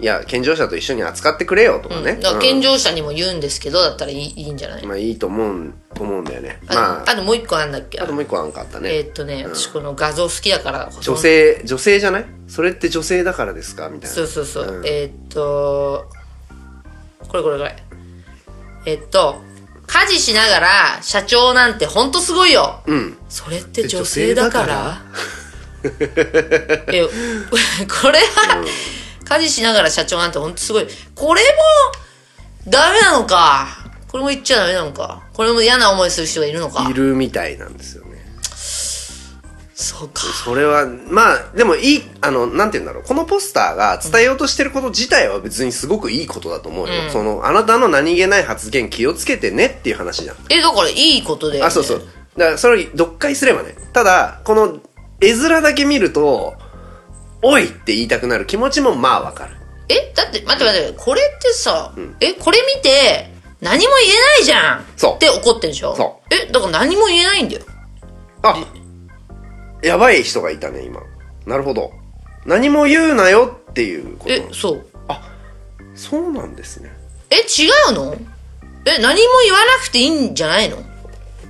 Speaker 3: いや、健常者と一緒に扱ってくれよとか
Speaker 2: だ
Speaker 3: ね。
Speaker 2: から
Speaker 3: うん
Speaker 2: 健常者にも言うんですけど、だったらいいいいんじゃない、
Speaker 3: まあいいと思うん、思うんだよね。
Speaker 2: あ
Speaker 3: まあ、
Speaker 2: あともう一個なんだっけ
Speaker 3: あともう一個なんかあったね。
Speaker 2: えーっとね、私この画像好きだから、
Speaker 3: 女性、女性じゃないそれって女性だからですかみたいな。
Speaker 2: そうそうそう。えーっと、これこれこれ。えーっと、家事しながら社長なんてほんとすごいよ。
Speaker 3: うん。
Speaker 2: それって女性だからえ、 これは、家事しながら社長なんてほんとすごい。これも、ダメなのか。これも言っちゃダメなのか。これも嫌な思いする人がいるのか
Speaker 3: い。るみたいなんですよね。
Speaker 2: そうか。
Speaker 3: それは、まあ、でもいい、あの、なんて言うんだろう。このポスターが伝えようとしてること自体は別にすごくいいことだと思うよ。その、あなたの何気ない発言気をつけてねっていう話じゃん。
Speaker 2: え、だからいいことで、
Speaker 3: あ、そうそう。。だから、それを読解すればね。ただ、この絵面だけ見ると、おいって言いたくなる気持ちもまあわかる。
Speaker 2: え、だって、待って待って、これってさ、え、これ見て、何も言えないじゃん
Speaker 3: そう
Speaker 2: って怒ってんでしょ。
Speaker 3: そう
Speaker 2: え、だから何も言えないんだよ。
Speaker 3: あやばい人がいたね、今。なるほど。何も言うなよっていうこと
Speaker 2: え、そう。
Speaker 3: そうなんですね。
Speaker 2: え、違うのえ、何も言わなくていいんじゃないの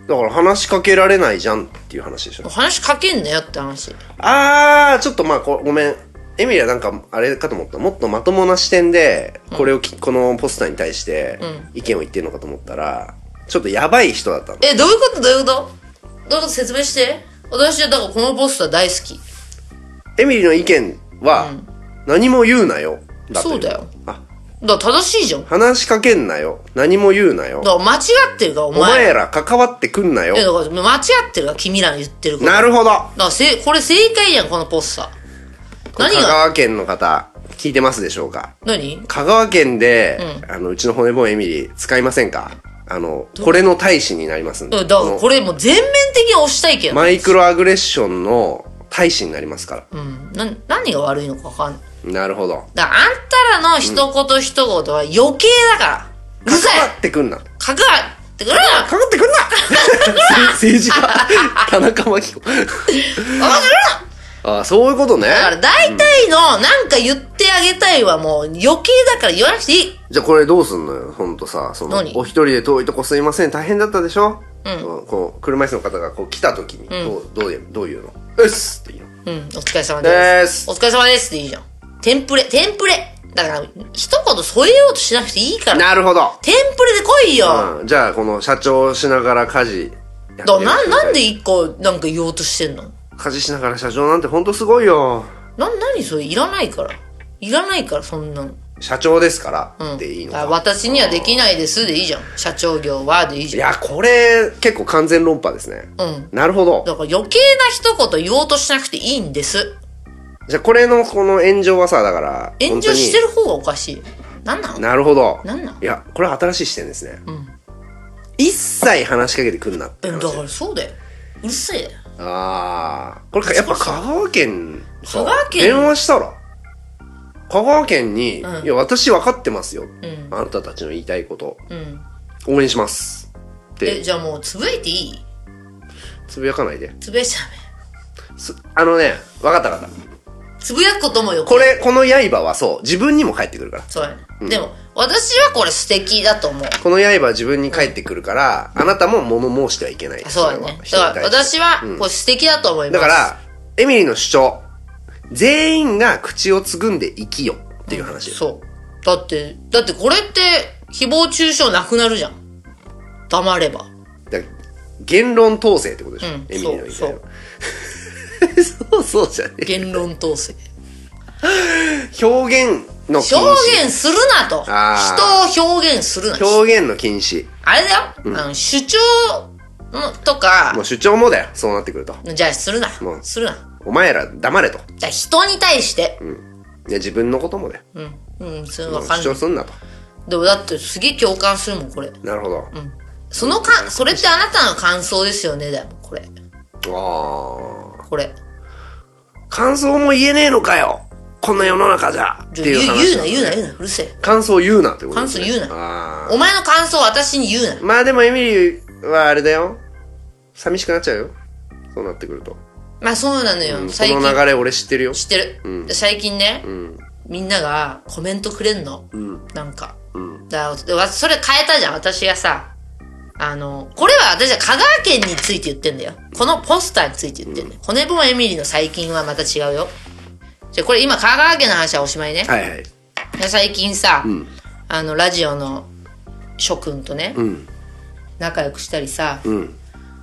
Speaker 3: だから話しかけられないじゃんっていう話でしょ。
Speaker 2: 話しかけんなよって話。
Speaker 3: あー、ちょっとまあこ、ごめん。エミリはなんか、あれかと思った。もっとまともな視点で、これをき、このポスターに対して、意見を言ってるのかと思ったら、ちょっとやばい人だったの。
Speaker 2: え、どういうことどういうことどういうこと説明して。私はだからこのポスター大好き。
Speaker 3: エミリの意見は、何も言うなよ。だとい
Speaker 2: そうだよ。
Speaker 3: あ、
Speaker 2: だから正しいじゃん。だか
Speaker 3: 話しかけんなよ。何も言うなよ。
Speaker 2: ら間違ってるから、お
Speaker 3: お
Speaker 2: 前。
Speaker 3: 前ら関わってくんなよ
Speaker 2: え、。だから間違ってるから、君らの言ってること。
Speaker 3: なるほど。
Speaker 2: だからせ、これ正解じゃん、このポスター。何
Speaker 3: 香
Speaker 2: が、
Speaker 3: 川県の方、聞いてますでしょうか
Speaker 2: 何
Speaker 3: 香川県で、あの、うちの骨盆エミリー使いませんかあの、これの大使になりますんで。
Speaker 2: だから
Speaker 3: あの
Speaker 2: これもう全面的に押したいけど。
Speaker 3: マイクロアグレッションの大使になりますか
Speaker 2: うん。な、何が悪いのかわかんない。
Speaker 3: ら。なるほど。
Speaker 2: だからあんたらの一言一言は余計だから。うるさ
Speaker 3: 関わ
Speaker 2: い
Speaker 3: ってくんな。
Speaker 2: かかってくるな
Speaker 3: かかってくんな 政治家、田中 真紀子。あ、そういうことね。
Speaker 2: だから大体の、なんか言ってあげたいはもう余計だから言わなくていい。
Speaker 3: じゃあこれどうすんのよ、ほんとさ、その
Speaker 2: 何、
Speaker 3: お一人で遠いとこすいません、大変だったでしょうん。こう、車椅子の方がこう来た時に、どう、どうや、どう言うのうっすって言う
Speaker 2: う
Speaker 3: の。
Speaker 2: ん、お疲れ様です。
Speaker 3: でーす
Speaker 2: お。疲れ様ですっていいじゃん。テンプレ、テンプレ。だから、一言添えようとしなくていいから。
Speaker 3: なるほど。
Speaker 2: テンプレで来いよ。
Speaker 3: うん。じゃあ、この社長しながら家事やって
Speaker 2: だ
Speaker 3: る人
Speaker 2: か
Speaker 3: み
Speaker 2: ら
Speaker 3: たい。
Speaker 2: な、なんで一個なんか言おうとしてんの
Speaker 3: 家事しながら社長なんてほんとすごいよ。
Speaker 2: な、何それいらないから。いらないから、そんなの。
Speaker 3: 社長ですから
Speaker 2: うん。
Speaker 3: っていいの
Speaker 2: だ
Speaker 3: か。
Speaker 2: から私にはできないですでいいじゃん。社長業はでいい
Speaker 3: い
Speaker 2: じゃん。
Speaker 3: や、これ、結構完全論破ですね。
Speaker 2: うん。
Speaker 3: なるほど。
Speaker 2: だから余計な一言言おうとしなくていいんです。
Speaker 3: じゃあ、これの、この炎上はさ、だから、
Speaker 2: 炎上してる方がおかしい。なんなの
Speaker 3: 本当になるほど。
Speaker 2: なんなん
Speaker 3: いや、これ新しい視点ですね。一切話しかけてくんなって
Speaker 2: え
Speaker 3: 話。
Speaker 2: だからそうだよ。うるせえ。
Speaker 3: ああ。これか、やっぱ香川県、
Speaker 2: 香川県
Speaker 3: 電話したら香川県に、
Speaker 2: うん
Speaker 3: いや、私分かってますよ。
Speaker 2: うん
Speaker 3: あなたたちの言いたいこと、
Speaker 2: うん
Speaker 3: 応援します。っ
Speaker 2: え
Speaker 3: て、
Speaker 2: じゃあもうつぶやいていい
Speaker 3: つぶやかないで。
Speaker 2: つぶやいちゃダメ
Speaker 3: すあのね、分かった分かった。
Speaker 2: つぶやくこともよく
Speaker 3: これ、この刃はそう、自分にも返ってくるから。
Speaker 2: そうやね、でも私はこれ素敵だと思う
Speaker 3: この刃は自分に返ってくるから、あなたも物申してはいけない。
Speaker 2: あそうやね
Speaker 3: そ
Speaker 2: だ
Speaker 3: れは
Speaker 2: から私はこれ素敵だと思います、
Speaker 3: だから、エミリーの主張、全員が口をつぐんで生きよっていう話です。
Speaker 2: そうだってだってこれって誹謗中傷なくなるじゃん黙れば
Speaker 3: だから言論統制ってことでしょ、
Speaker 2: うん
Speaker 3: エミリーの言いたいの。 そうそうじゃね
Speaker 2: 言論統制
Speaker 3: 表現の禁止。
Speaker 2: 表現するなと
Speaker 3: あ
Speaker 2: 人を表現するな
Speaker 3: 表現の禁止。
Speaker 2: あれだよ、あの主張のと
Speaker 3: もう
Speaker 2: か
Speaker 3: 主張もだよ、そうなってくると。
Speaker 2: じゃあするな
Speaker 3: もう
Speaker 2: するな
Speaker 3: お前ら黙れと。
Speaker 2: じゃあ人に対して
Speaker 3: いや、自分のこともだよ。
Speaker 2: うんうんそれわかん
Speaker 3: 主
Speaker 2: な
Speaker 3: 張
Speaker 2: い
Speaker 3: すんなと。
Speaker 2: でもだってすげえ共感するもんこれ
Speaker 3: なるほど。
Speaker 2: そのかそれってあなたの感想ですよねだよこれ
Speaker 3: ああ。
Speaker 2: これ
Speaker 3: 感想も言えねえのかよこんな世の中じゃって
Speaker 2: じゃあ言う
Speaker 3: いう話。
Speaker 2: 言うな言うな言うなうるせえ
Speaker 3: 感想言うなってことです、ね。
Speaker 2: 感想言うな
Speaker 3: あ
Speaker 2: お前の感想を私に言うな
Speaker 3: ーまあでもエミリーはあれだよ。寂しくなっちゃうよ。そうなってくると。
Speaker 2: まあそうなのよ、
Speaker 3: うん、こ
Speaker 2: 最近
Speaker 3: の流れ俺知ってるよ。
Speaker 2: 知ってる、
Speaker 3: うん
Speaker 2: で最近ね、
Speaker 3: うん。
Speaker 2: みんながコメントくれんの、
Speaker 3: うん。
Speaker 2: なんか
Speaker 3: うん。
Speaker 2: だからわそれ変えたじゃん私がさあのこれは私は香川県について言ってんだよこのポスターについて言ってんだよ、骨盆エミリーの最近はまた違うよじゃあこれ今香川県の話はおしまいね、
Speaker 3: はいはい。
Speaker 2: で最近さ、
Speaker 3: ん
Speaker 2: あのラジオの諸君とね、
Speaker 3: うん。
Speaker 2: 仲良くしたりさ、
Speaker 3: うん。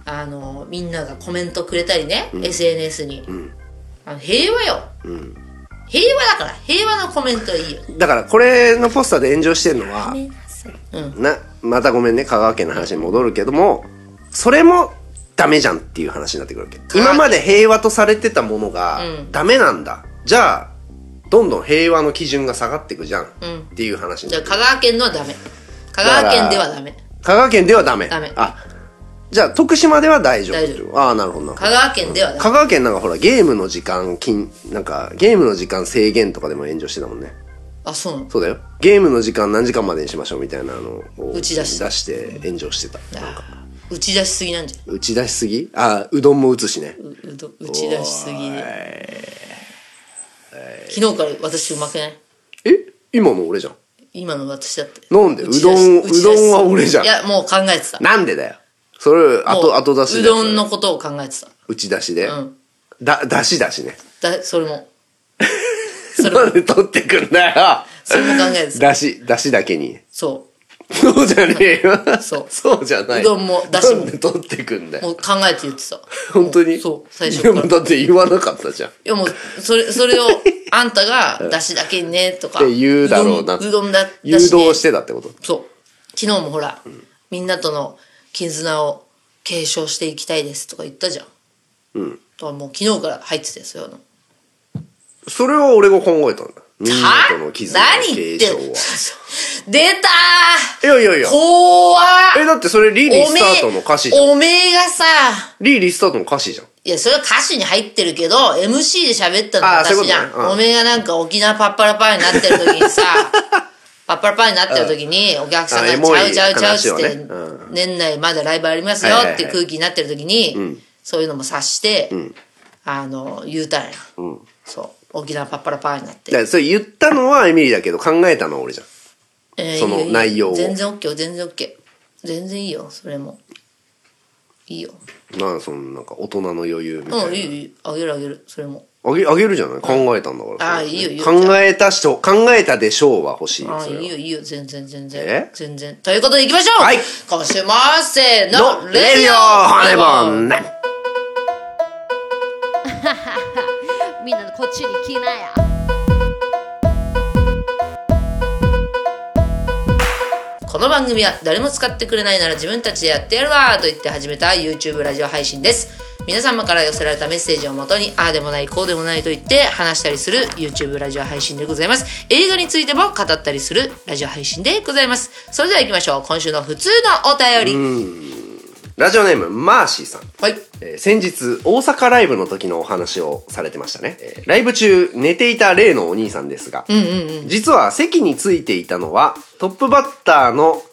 Speaker 2: あのみんながコメントくれたりね、SNS に、
Speaker 3: ん
Speaker 2: あの平和よ、
Speaker 3: ん
Speaker 2: 平和だから平和のコメントいいよ
Speaker 3: だからこれのポスターで炎上してるのは、
Speaker 2: うん
Speaker 3: な、またごめんね、香川県の話に戻るけども、それもダメじゃんっていう話になってくるわけ。
Speaker 2: 川県
Speaker 3: 今まで平和とされてたものが
Speaker 2: うん
Speaker 3: ダメなんだ。じゃあ、どんどん平和の基準が下がっていくじゃん、
Speaker 2: ん
Speaker 3: っていう話に
Speaker 2: じ
Speaker 3: な
Speaker 2: ゃあ
Speaker 3: ってく
Speaker 2: 香
Speaker 3: る。
Speaker 2: 川県のはダメ香川県ではダメ
Speaker 3: 香川県ではダメ。
Speaker 2: ダメ
Speaker 3: あ、じゃあ徳島では大丈夫。
Speaker 2: 大丈
Speaker 3: ああ、なるほどなるほ
Speaker 2: 香
Speaker 3: ど。
Speaker 2: 川県ではダメ、
Speaker 3: 香川県なんかほらゲームの時間禁なんかゲームの時間制限とかでも炎上してたもんね
Speaker 2: あそうなの
Speaker 3: そうだよゲームの時間何時間までにしましょうみたいなのを
Speaker 2: 打ち出した
Speaker 3: して炎上してたなんか
Speaker 2: あー打ち出しすぎなんじゃ
Speaker 3: 打ち出しすぎあうどんも打つしね
Speaker 2: ううど打ち出しすぎで昨日から私うまくない
Speaker 3: え今の俺じゃん
Speaker 2: 今の私だって
Speaker 3: なんで
Speaker 2: 打ち出し
Speaker 3: うどん
Speaker 2: 打ち出しすぎ
Speaker 3: うどんは俺じゃん
Speaker 2: いやもう考えてた
Speaker 3: なんでだよそれ
Speaker 2: もう
Speaker 3: 後後出しで
Speaker 2: うどんのことを考えてた
Speaker 3: 打ち出しで、
Speaker 2: うん
Speaker 3: だ出し出しね
Speaker 2: だそれもそれも
Speaker 3: なんで取ってくんだよ
Speaker 2: それも考えてた
Speaker 3: 出し出しだけに
Speaker 2: そ
Speaker 3: そうじゃねえよ
Speaker 2: そう
Speaker 3: そうじゃないう
Speaker 2: どんも出汁も
Speaker 3: なんで取ってくんだ
Speaker 2: うもう
Speaker 3: よ
Speaker 2: 考えて言ってた
Speaker 3: 本当に
Speaker 2: そう最初
Speaker 3: い
Speaker 2: か
Speaker 3: や
Speaker 2: ら
Speaker 3: もうだって言わなかったじゃん
Speaker 2: いやもう、それ、それを、あんたが、だしだけね、とか。
Speaker 3: って言うだろうな
Speaker 2: どんうどんだ、だしね
Speaker 3: 誘導してたってこと
Speaker 2: そう。昨日もほら、みんなとの絆を継承していきたいですとか言ったじゃん。
Speaker 3: うん
Speaker 2: とはもう昨日から入ってたよ、そういうの。
Speaker 3: それは俺が考えたんだみんな
Speaker 2: は
Speaker 3: との絆
Speaker 2: 何言
Speaker 3: の継
Speaker 2: って
Speaker 3: 承
Speaker 2: ん
Speaker 3: は
Speaker 2: 出た
Speaker 3: いやいやいや
Speaker 2: ー怖っ
Speaker 3: え、だってそれリリー
Speaker 2: お
Speaker 3: ス
Speaker 2: め
Speaker 3: タートの歌詞じゃん。
Speaker 2: え、おめえがさ、
Speaker 3: リリースタートの歌詞じゃん。
Speaker 2: いや、それは歌詞に入ってるけど、MC で喋ったのは
Speaker 3: あーそう
Speaker 2: 私
Speaker 3: いうことね
Speaker 2: じゃん。
Speaker 3: うん
Speaker 2: おめえがなんか沖縄パッパラパーになってる時に さ、パッパラパーになってる時に、お客さんが
Speaker 3: あエ
Speaker 2: ち
Speaker 3: モい
Speaker 2: ゃうちゃうちゃうっつっ
Speaker 3: 話
Speaker 2: て、
Speaker 3: をねう
Speaker 2: 年内まだライブありますよ
Speaker 3: はいはいはい
Speaker 2: って空気になってる時に、
Speaker 3: ん
Speaker 2: そういうのも察して、
Speaker 3: ん
Speaker 2: あの、言うたんや。
Speaker 3: うん。
Speaker 2: そう。沖縄パッパラパーになっ
Speaker 3: だか
Speaker 2: て。
Speaker 3: らそれ言ったのはエミリーだけど考えたのは俺じゃん。
Speaker 2: え
Speaker 3: その
Speaker 2: いいよいいよ
Speaker 3: 内容を
Speaker 2: 全然 OK よ、全然 OK。全然いいよ、それも。いいよ。
Speaker 3: なあ、そのなんか大人の余裕みたいな。
Speaker 2: うん、いいよ、いいよ。あげるあげる、それも。
Speaker 3: あげ、あげるじゃない考えたんだから。
Speaker 2: あーいいよいいよ
Speaker 3: 考えた人、考えたでしょうは欲しいよ。
Speaker 2: あ
Speaker 3: そ
Speaker 2: い
Speaker 3: れはい
Speaker 2: よいいよ全然全然
Speaker 3: え
Speaker 2: 全然ということでいきましょう
Speaker 3: はい
Speaker 2: 今週もせーの
Speaker 3: の、レディオハネボンね
Speaker 4: みんなこっちに来なや
Speaker 2: この番組は誰も使ってくれないなら自分たちでやってやるわと言って始めた YouTube ラジオ配信です皆様から寄せられたメッセージをもとにああでもないこうでもないと言って話したりする YouTube ラジオ配信でございます映画についても語ったりするラジオ配信でございますそれでは行きましょう今週の普通のお便り
Speaker 3: ラジオネーム、マーシーさん。
Speaker 2: はい。
Speaker 3: えー先日、大阪ライブの時のお話をされてましたね。えーライブ中、寝ていた例のお兄さんですが、実は席についていたのは、トップバッターの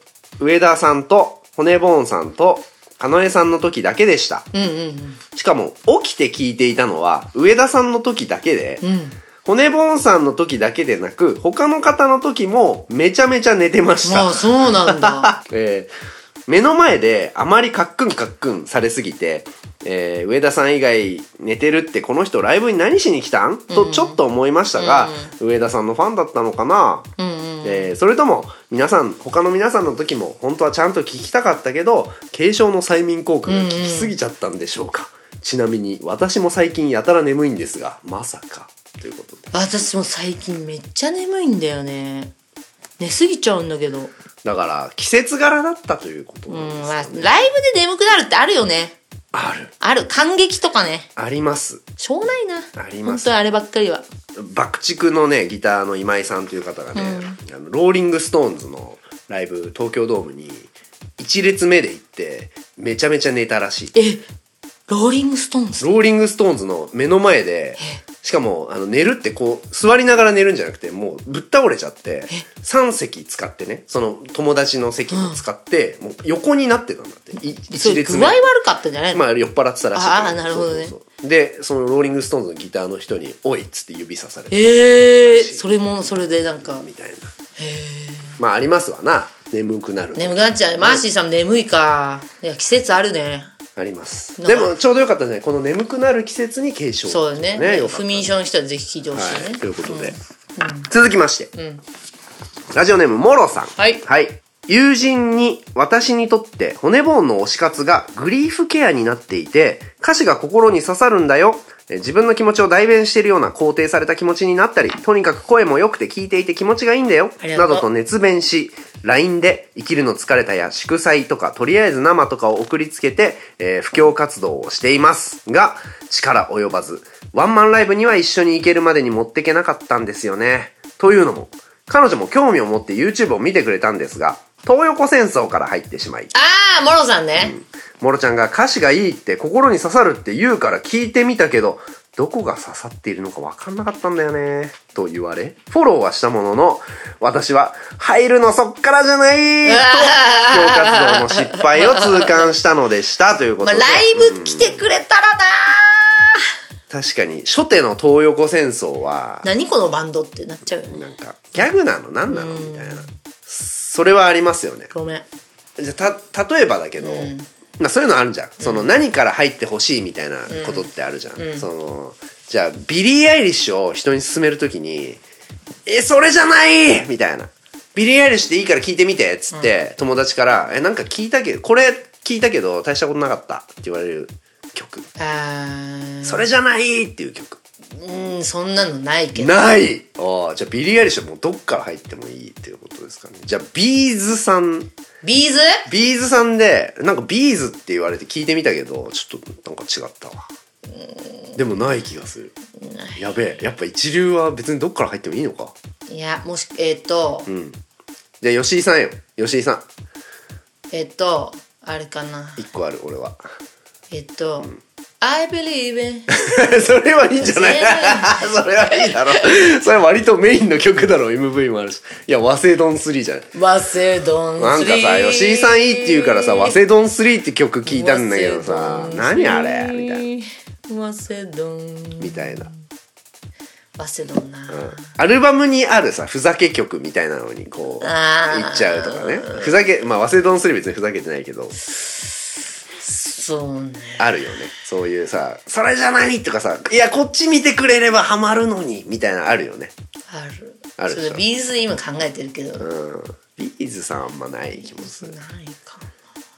Speaker 3: 上田さんと、骨ボーンさんと、かのえさんの時だけでした。
Speaker 2: うんうん
Speaker 3: しかも、起きて聞いていたのは、上田さんの時だけで、
Speaker 2: うん。うん。
Speaker 3: 骨ボーンさんの時だけでなく、他の方の時も、めちゃめちゃ寝てました。
Speaker 2: まあ、そうなんだ。
Speaker 3: えー目の前であまりカックンカックンされすぎて、えー上田さん以外寝てるってこの人ライブに何しに来たんとちょっと思いましたが、上田さんのファンだったのかな、
Speaker 2: うんうん。
Speaker 3: えーそれとも皆さん他の皆さんの時も本当はちゃんと聞きたかったけど軽症の催眠効果が効きすぎちゃったんでしょうか、ちなみに私も最近やたら眠いんですがまさかということで
Speaker 2: 私も最近めっちゃ眠いんだよね。寝すぎちゃうんだけど。うん、
Speaker 3: だから季節柄だったということなんですよ
Speaker 2: まあ、ライブで眠くなるってあるよね。
Speaker 3: ある
Speaker 2: ある。感激とかね。
Speaker 3: あります
Speaker 2: しょうないな。
Speaker 3: ありま
Speaker 2: 本当
Speaker 3: す
Speaker 2: にあればっかりは。
Speaker 3: 爆竹のねギターの今井さんという方がね、あのローリング・ストーンズのライブ東京ドームに1列目で行ってめちゃめちゃ寝たらしい
Speaker 2: え、ローリングストーンズ。
Speaker 3: ローリング・ストーンズの目の前でしかもあの寝るってこう座りながら寝るんじゃなくてもうぶっ倒れちゃって3席使ってねその友達の席も使って、もう横になってたんだってい
Speaker 2: そ
Speaker 3: 1
Speaker 2: れ
Speaker 3: 列
Speaker 2: 具
Speaker 3: 目
Speaker 2: 合悪かったんじゃないの、
Speaker 3: まあ、酔っ払ってたらしいけど。
Speaker 2: ああなるほどね
Speaker 3: そうそうそうで、そのローリング・ストーンズのギターの人に、おいっつって指さされて。
Speaker 2: ええそれもそれでなんか
Speaker 3: みたいなまあありますわな眠くなる
Speaker 2: 眠くなっちゃうマーシーさんも眠いかいや季節あるね
Speaker 3: あります
Speaker 2: なんか
Speaker 3: でもちょうどよかったねこの眠くなる季節に警鐘
Speaker 2: そうだね
Speaker 3: よかった
Speaker 2: 不眠症の人はぜひ聞いてほしいね、
Speaker 3: はいということで、続きまして、ラジオネームもろさん
Speaker 2: はい
Speaker 3: 友人に私にとって骨ボーンの推し活がグリーフケアになっていて歌詞が心に刺さるんだよえ自分の気持ちを代弁しているような肯定された気持ちになったりとにかく声も良くて聞いていて気持ちがいいんだよ
Speaker 2: ありがと
Speaker 3: な
Speaker 2: う
Speaker 3: どと熱弁し LINE で生きるの疲れたや祝祭とかとりあえず生とかを送りつけて、えー布教活動をしていますが力及ばずワンマンライブには一緒に行けるまでに持ってけなかったんですよねというのも彼女も興味を持って YouTube を見てくれたんですが東横戦争から入ってしまい
Speaker 2: ああモロさんね、
Speaker 3: モロちゃんが歌詞がいいって心に刺さるって言うから聞いてみたけど、どこが刺さっているのかわかんなかったんだよね。と言われ、フォローはしたものの、私は、入るのそっからじゃないと、布教活動の失敗を痛感したのでした。というこ
Speaker 2: ま
Speaker 3: と
Speaker 2: あ、
Speaker 3: で。
Speaker 2: ライブ来てくれたらな
Speaker 3: 確かに、初手の東横戦争は
Speaker 2: ー、何このバンドってなっちゃうよね
Speaker 3: なんか、ギャグなの何なのみたいな。それはありますよね。
Speaker 2: ごめん
Speaker 3: じゃあた例えばだけど、まあ、そういうのあるじゃん、その何から入ってほしいみたいなことってあるじゃん、そのじゃあビリー・アイリッシュを人に勧めるときに「えそれじゃない!」みたいな「ビリー・アイリッシュでいいから聞いてみて」っつって、友達から「えなんか聞いたけどこれ聞いたけど大したことなかった」って言われる曲
Speaker 2: あ
Speaker 3: 「それじゃない!」っていう曲
Speaker 2: ーうんそんなのないけど
Speaker 3: ないああじゃあビリー・アイリッシュはもうどっから入ってもいいっていうことですかねじゃあビーズさん
Speaker 2: ビーズ
Speaker 3: ビーズさんで、なんかビーズって言われて聞いてみたけど、ちょっとなんか違ったわ。でもない気がする。やべえ。やっぱ一流は別にどっから入ってもいいのか。
Speaker 2: いやもしえっ、と、
Speaker 3: じゃあ、吉井さんよ。吉井さん。
Speaker 2: えっ、とあれかな
Speaker 3: 一個ある、俺は。
Speaker 2: えっ、と、I believe in
Speaker 3: それはいいんじゃない それはいいだろう。それは割とメインの曲だろう。MV もあるし。いや、和製ドン3じゃない。
Speaker 2: ワセドン
Speaker 3: なんかさ、吉井さんいいって言うからさ、和製ドン3って曲聞いたんだけどさ、何あれみたいな。
Speaker 2: なワセドン
Speaker 3: みたいな。
Speaker 2: ワセドンな、
Speaker 3: アルバムにあるさ、ふざけ曲みたいなのにこう、
Speaker 2: あー
Speaker 3: 行っちゃうとかね。ふざけ、まあ、ワセドンスリ別にふざけてないけど、
Speaker 2: そうね
Speaker 3: あるよね。そういうさ、それじゃないとかさ、いや、こっち見てくれればハマるのに、みたいなのあるよね。
Speaker 2: ある
Speaker 3: あるでしょ
Speaker 2: それビーズ今考えてるけど、ない
Speaker 3: うん。ビーズさんあんまない気もする。
Speaker 2: か
Speaker 3: い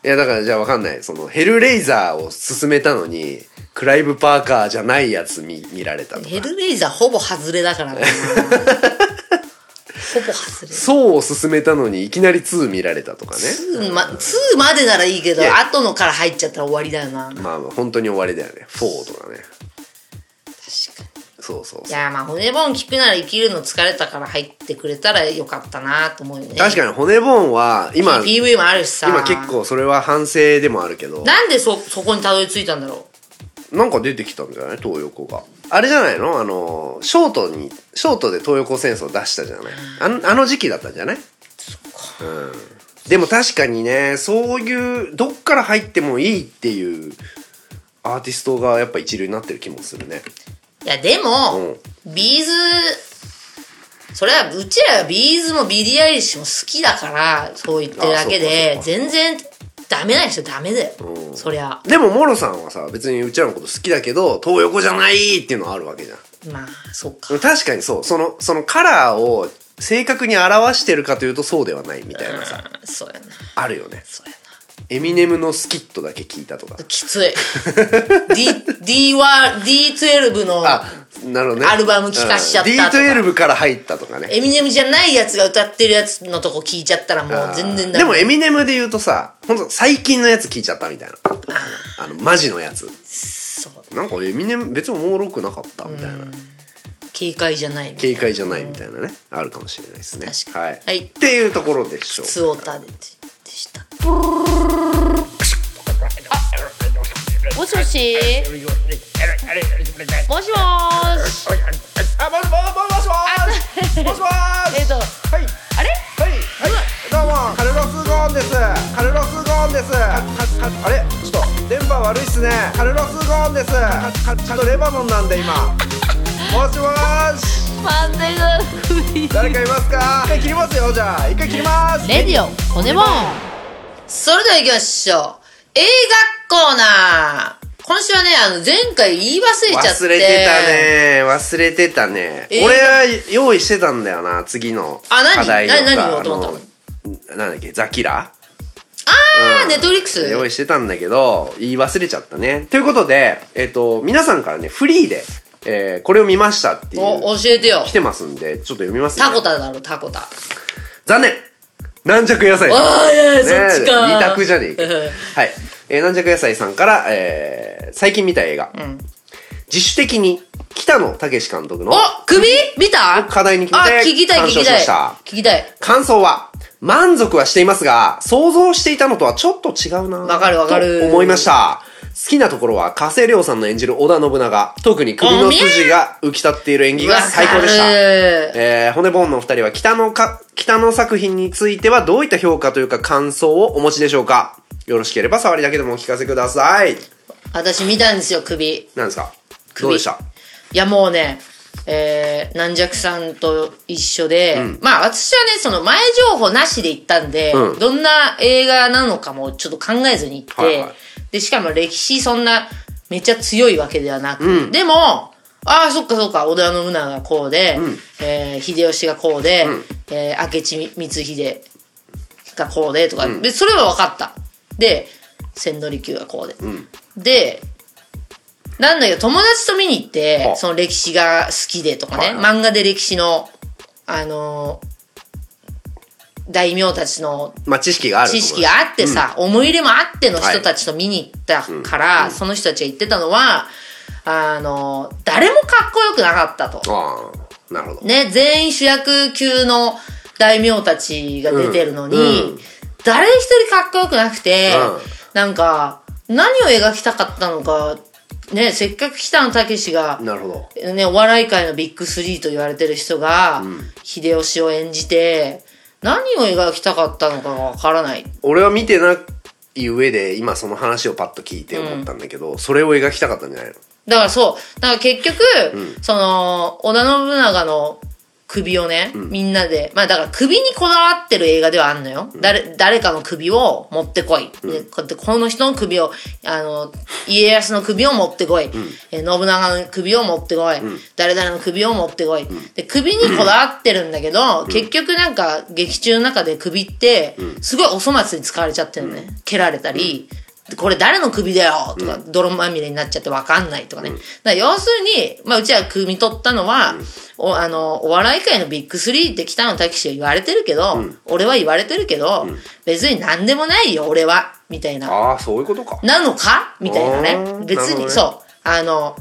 Speaker 3: や、だからじゃあわかんない。その、ヘルレイザーを勧めたのに、クライブ・パーカーじゃないやつ見見られたとか
Speaker 2: ヘルレイザーほぼ外れだから なほぼ外れ
Speaker 3: そうを勧めたのに、いきなり2見られたとかね。
Speaker 2: 2ま ,2 までならいいけど
Speaker 3: いや
Speaker 2: 後のから入っちゃったら終わりだよな確か
Speaker 3: まあ、本当に終わりだよね。4とかね。
Speaker 2: に
Speaker 3: そうそう
Speaker 2: い
Speaker 3: そう。
Speaker 2: やまあ骨盆聞くなら生きるの疲れたから入ってくれたらよかったなと思うよね
Speaker 3: 確かに骨ボーンは、今、今
Speaker 2: PV もあるしさ
Speaker 3: 結構それは反省でもあるけど、
Speaker 2: なんでそそこにたどり着いたんだろ
Speaker 3: なんか出てきたんじゃない東横が。あれじゃないのあの、ショートに、ショートで東横戦争出したじゃないあんあの時期だったんじゃないうん。でも確かにね、そういう、どっから入ってもいいっていうアーティストがやっぱ一流になってる気もするね。
Speaker 2: ういやでも、ビーズそれはうちらはビーズもビリー・アイリッシュも好きだからそう言ってるだけ
Speaker 3: あ
Speaker 2: で
Speaker 3: そうか
Speaker 2: 全然ダメな人はダメだよ、
Speaker 3: うん
Speaker 2: そりゃ
Speaker 3: でも、モロさんはさ、別にうちらのこと好きだけど、東横じゃないっていうのはあるわけじゃん。
Speaker 2: まあそっか
Speaker 3: 確かにそう。その、そのカラーを正確に表してるかというとそうではないみたいなさ、
Speaker 2: うんそうやな
Speaker 3: あるよね。
Speaker 2: そうやな
Speaker 3: エミネムのスキットだけ聞いたとか。
Speaker 2: きつい D, D は D12 の
Speaker 3: あ、なるほどね。
Speaker 2: アルバム聞かしちゃったとか
Speaker 3: うん D12 から入ったとかね。
Speaker 2: エミネムじゃないやつが歌ってるやつのとこ聞いちゃったらもう全然ダメ
Speaker 3: でもエミネムで言うとさ、ほんと最近のやつ聞いちゃったみたいな。あの、マジのやつ。
Speaker 2: そう
Speaker 3: なんかエミネム別におもろくなかったみたいな。
Speaker 2: 警戒じゃないみたい
Speaker 3: 警戒じゃないみたいなね。あるかもしれないですね。
Speaker 2: 確かに
Speaker 3: はい。
Speaker 2: はい
Speaker 3: っていうところでしょう
Speaker 2: な。ツオタででした
Speaker 5: あ、もしもしもしもしもしもし
Speaker 4: もしもしもしもーし えっと
Speaker 5: はいあれはいはいどうもカルロス・ゴーンですカルロス・ゴーンですかかかあれちょっと電波悪いっすねカルロス・ゴーンですかかちょっとレバノンなんで今もしもし
Speaker 4: 待ってくださ
Speaker 5: 誰
Speaker 4: い
Speaker 5: かいますか一回切りますよじゃあ一回切ります
Speaker 4: レディオ骨もん
Speaker 2: それでは行きましょう映画コーナー今週はねあの前回言い忘れちゃって
Speaker 3: 忘れてたね忘れてたね、
Speaker 2: えー
Speaker 3: 俺は用意してたんだよな次の
Speaker 2: あ何
Speaker 3: 課題のさ
Speaker 2: 何何をどうだっ
Speaker 3: あのなんだっけザキラ
Speaker 2: ああ、
Speaker 3: うん
Speaker 2: ネットフリックス
Speaker 3: 用意してたんだけど言い忘れちゃったねということで、えっと皆さんからねフリーで、えーこれを見ましたっていう
Speaker 2: お教えてよ
Speaker 3: 来てますんでちょっと読みますね
Speaker 2: タコタだろタコタ
Speaker 3: 残念軟弱野菜さん
Speaker 2: あーいやいや
Speaker 3: ね
Speaker 2: そっちか
Speaker 3: 二択じゃねえかはい、えー軟弱野菜さんから、えー最近見た映画、
Speaker 2: ん
Speaker 3: 自主的に北野武監督の
Speaker 2: お首見た
Speaker 3: 課題に決
Speaker 2: あ
Speaker 3: めて
Speaker 2: 聞きたい聞
Speaker 3: 鑑賞
Speaker 2: き
Speaker 3: したま
Speaker 2: い
Speaker 3: した
Speaker 2: 聞きたい
Speaker 3: 感想は満足はしていますが想像していたのとはちょっと違うな
Speaker 2: わかるわかる
Speaker 3: と思いました好きなところは加瀬亮さんの演じる織田信長特に首の筋が浮き立っている演技が最高でした
Speaker 2: わかる
Speaker 3: えー骨ボーンのお二人は北のか、北の作品についてはどういった評価というか感想をお持ちでしょうかよろしければ触りだけでもお聞かせください。
Speaker 2: 私見たんですよ首
Speaker 3: なんですか
Speaker 2: 首
Speaker 3: どうでした
Speaker 2: いやもうね、えー、軟弱さんと一緒で、まあ私はね、その前情報なしで行ったんで、
Speaker 3: うん
Speaker 2: どんな映画なのかもちょっと考えずに行って、
Speaker 3: はいはい
Speaker 2: で、しかも歴史そんなめっちゃ強いわけではなく、でも、ああ、そっかそっか、織田信長がこうで、えー秀吉がこうで、えー明智光秀がこうでとか、で、それは分かった。で、千利休がこうで。で、なんだけど、友達と見に行って
Speaker 3: は、
Speaker 2: その歴史が好きでとかね、
Speaker 3: はいは
Speaker 2: 漫画で歴史の、あのー大名たちの
Speaker 3: まあ、知識がある。
Speaker 2: 知識があってさ、思い入れもあっての人たちと見に行ったから、その人たちが言ってたのは、あのー誰もかっこよくなかったと。
Speaker 3: ああ、なるほど。
Speaker 2: ね、全員主役級の大名たちが出てるのに、
Speaker 3: うんうん
Speaker 2: 誰一人かっこよくなくて、
Speaker 3: うん
Speaker 2: なんか、何を描きたかったのか、ね、せっかく北野武が、
Speaker 3: なるほど。
Speaker 2: ね、お笑い界のビッグスリーと言われてる人が、秀吉を演じて、何を描きたかったのかがわからない。
Speaker 3: 俺は見てない上で今その話をパッと聞いて思ったんだけど、それを描きたかったんじゃないの
Speaker 2: だからそう、だから結局、その、織田信長の首をね、みんなで、まあだから首にこだわってる映画ではあんのよ。誰、誰かの首を持ってこい。でこうやってこの人の首を、あの、家康の首を持ってこい。えー信長の首を持ってこい。誰々の首を持ってこい。で、首にこだわってるんだけど、結局なんか劇中の中で首って、すごいお粗末に使われちゃってるのね。蹴られたり、これ誰の首だよとか、泥まみれになっちゃってわかんないとかね。だから要するに、まあ、うちは汲み取ったのは、お、あの、お笑い界のビッグスリーって北野武史は言われてるけど、俺は言われてるけど、別に何でもないよ、俺は。みたいな。
Speaker 3: ああ、そういうことか。
Speaker 2: なのかみたいな
Speaker 3: あー
Speaker 2: ね。別
Speaker 3: なるほど
Speaker 2: に、
Speaker 3: ね
Speaker 2: そう。あの、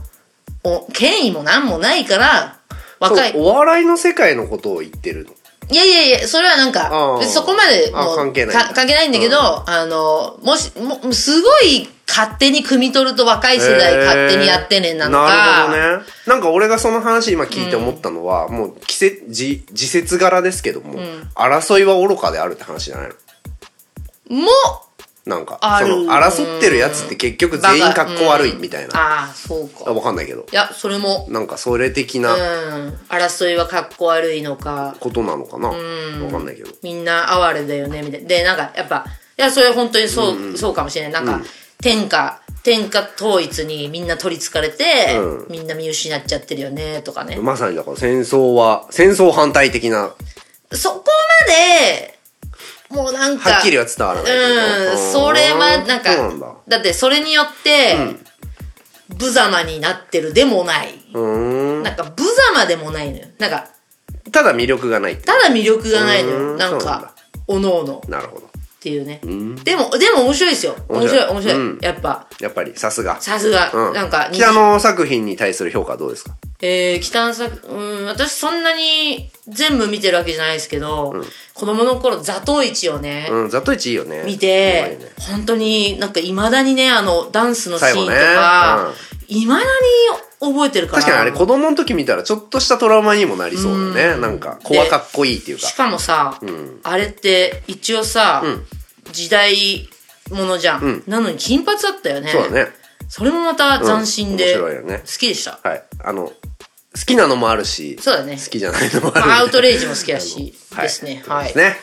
Speaker 2: お権威も何もないから、若い
Speaker 3: そう。お笑いの世界のことを言ってるの。
Speaker 2: いやいやいや、それはなん
Speaker 3: あ
Speaker 2: か
Speaker 3: ー、
Speaker 2: 別にそこまで
Speaker 3: あ
Speaker 2: もう
Speaker 3: 関係ない
Speaker 2: か関係ないんだけど、あの、もし、もすごい勝手に汲み取ると若い世代勝手にやってねんなのか、
Speaker 3: なるほどね。なんか俺がその話今聞いて思ったのは、もう季節、じ時節柄ですけども、争いは愚かであるって話じゃないの
Speaker 2: も、
Speaker 3: なんか、
Speaker 2: あ
Speaker 3: そ
Speaker 2: る
Speaker 3: の争ってるやつって結局全員格好悪いみたいな。
Speaker 2: ああ、そうか。
Speaker 3: わかんないけど
Speaker 2: い。や、それも、
Speaker 3: なんかそれ的
Speaker 2: うん
Speaker 3: な、
Speaker 2: 争いは格好悪いのか、
Speaker 3: ことなのかなわかんないけど。
Speaker 2: みんな哀れだよね、みたいな。で、なんか、やっぱ、いや、それ本当にそう、そうかもしれない。なんか、天下、天下統一にみんな取り憑かれて、
Speaker 3: うん
Speaker 2: みんな見失っちゃってるよね、とかね。
Speaker 3: まさにだから戦争は、戦争反対的な、
Speaker 2: そこまで、もうなんか。
Speaker 3: はっきりは伝わらないけど
Speaker 2: うん、それはなんか、
Speaker 3: そうなんだ
Speaker 2: ってそれによって、無様になってるでもない。
Speaker 3: うーん。
Speaker 2: なんか無様でもないのよ。なんか、
Speaker 3: ただ魅力がないって。
Speaker 2: ただ魅力がないの
Speaker 3: う
Speaker 2: よ。
Speaker 3: ん
Speaker 2: なん
Speaker 3: そうなんだ
Speaker 2: か、おのおのっ
Speaker 3: なるほど。
Speaker 2: ていうね。でも、でも面白いですよ。面白い、面白
Speaker 3: 面白い
Speaker 2: い。
Speaker 3: うん
Speaker 2: やっぱ、
Speaker 3: やっぱり、さすが。
Speaker 2: さすが、
Speaker 3: うん。
Speaker 2: なんか、
Speaker 3: 北野作品に対する評価はどうですか
Speaker 2: えー、北の作、うん、私そんなに全部見てるわけじゃないですけど、子供の頃、座頭市をね、
Speaker 3: うん、ざっと一いいよね。
Speaker 2: 見
Speaker 3: うまい
Speaker 2: て、
Speaker 3: ね
Speaker 2: 本当になんか未だにね、あの、ダンスのシーンと
Speaker 3: 最後
Speaker 2: か
Speaker 3: ね、
Speaker 2: 未だに覚えてるから。
Speaker 3: 確かにあれ子供の時見たらちょっとしたトラウマにもなりそうだね。なんか、子はかっこいいっていうか
Speaker 2: し。かもさ、
Speaker 3: ん
Speaker 2: あれって一応さ、
Speaker 3: ん
Speaker 2: 時代ものじゃん,、
Speaker 3: ん
Speaker 2: なのに金髪だったよね。
Speaker 3: そうだね。
Speaker 2: それもまた斬新で、
Speaker 3: うん面白いよね
Speaker 2: 好きでした。
Speaker 3: はい。あの、好きなのもあるし、
Speaker 2: そうだね
Speaker 3: 好きじゃないのもあるんで、
Speaker 2: まあアウトレイジも好きだし、ですね。
Speaker 3: は。
Speaker 2: はいい。
Speaker 3: ね。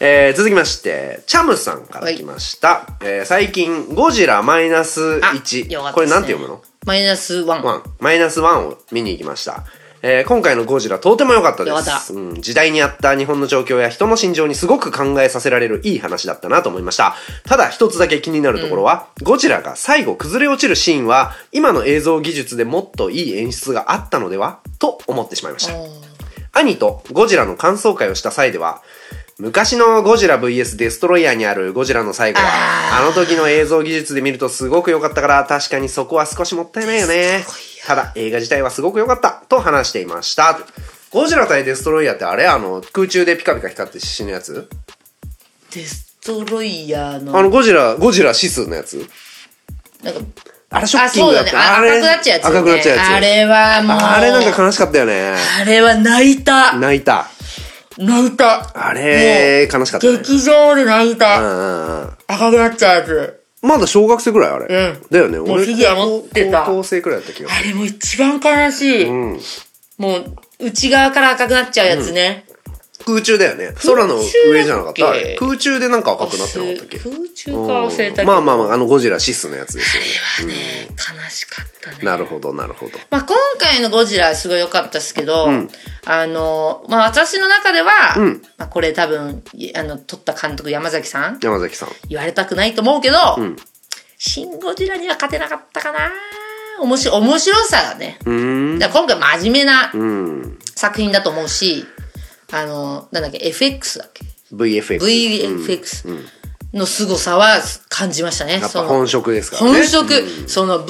Speaker 3: えー続きまして、チャムさんから来ました。えー最近、ゴジラマイナス
Speaker 2: あ
Speaker 3: 1。
Speaker 2: よかったですね
Speaker 3: これなんて読むの
Speaker 2: マイナスワン。
Speaker 3: ワンマイナスワンを見に行きました。えー今回のゴジラとても良かったです
Speaker 2: 良かった
Speaker 3: うん。時代に合った日本の状況や人の心情にすごく考えさせられるいい話だったなと思いました。ただ一つだけ気になるところは、ゴジラが最後崩れ落ちるシーンは、今の映像技術でもっといい演出があったのではと思ってしまいました。兄とゴジラの感想会をした際では、昔のゴジラ VS デストロイヤーにあるゴジラの最後は、あの時の映像技術で見るとすごく良かったから、確かにそこは少しもったいないよね。ただ、映画自体はすごく良かった、と話していました。ゴジラ対デストロイヤーってあれあの、空中でピカピカ光って死ぬやつ
Speaker 2: デストロイヤーの、
Speaker 3: あの、ゴジラ、ゴジラ指数のやつ
Speaker 2: なんか、
Speaker 3: あれショ
Speaker 2: あ、
Speaker 3: ッキン
Speaker 2: そ
Speaker 3: グ
Speaker 2: う
Speaker 3: だっ
Speaker 2: だね。
Speaker 3: た。
Speaker 2: あ赤くなっちゃうやつ、ね。
Speaker 3: 赤くなっちゃうやつ。
Speaker 2: あれはもう、
Speaker 3: あれなんか悲しかったよね。
Speaker 2: あれは泣いた。
Speaker 3: 泣いた。
Speaker 2: 泣いた。
Speaker 3: あれ、悲しかった、ね。
Speaker 2: 劇場で泣いうた。
Speaker 3: んうんうん。
Speaker 2: 赤くなっちゃうやつ。
Speaker 3: まだ小学生くらいあれ。
Speaker 2: うん
Speaker 3: だよね。
Speaker 2: もうフィギュア持ってた
Speaker 3: 高校生くらいだった気がす
Speaker 2: あれも一番悲しい。
Speaker 3: る。うん。
Speaker 2: もう、内側から赤くなっちゃうやつね。
Speaker 3: 空中だよね。空の上じゃなかったあれ空中でなんか赤くなってなかったっけ
Speaker 2: 空中か忘れたけど、
Speaker 3: うんまあまあまあ、あのゴジラシスのやつですよね。
Speaker 2: 悲しかったね。
Speaker 3: なるほど、なるほど。
Speaker 2: まあ、今回のゴジラはすごい良かったですけど、あの、まあ私の中では、
Speaker 3: ん
Speaker 2: まあこれ多分、いあの、撮った監督山崎さん、
Speaker 3: 山崎さん。
Speaker 2: 言われたくないと思うけど、
Speaker 3: ん
Speaker 2: シン・ゴジラには勝てなかったかな面白面白さがね。
Speaker 3: うーん。
Speaker 2: だから今回真面目な
Speaker 3: うん。
Speaker 2: 作品だと思うし、あの、なんだっけ、FX だっけ
Speaker 3: VFX。
Speaker 2: ?VFX の凄さは感じましたね。
Speaker 3: やっ
Speaker 2: そ
Speaker 3: ぱ
Speaker 2: の
Speaker 3: 本職ですからね。
Speaker 2: 本職、その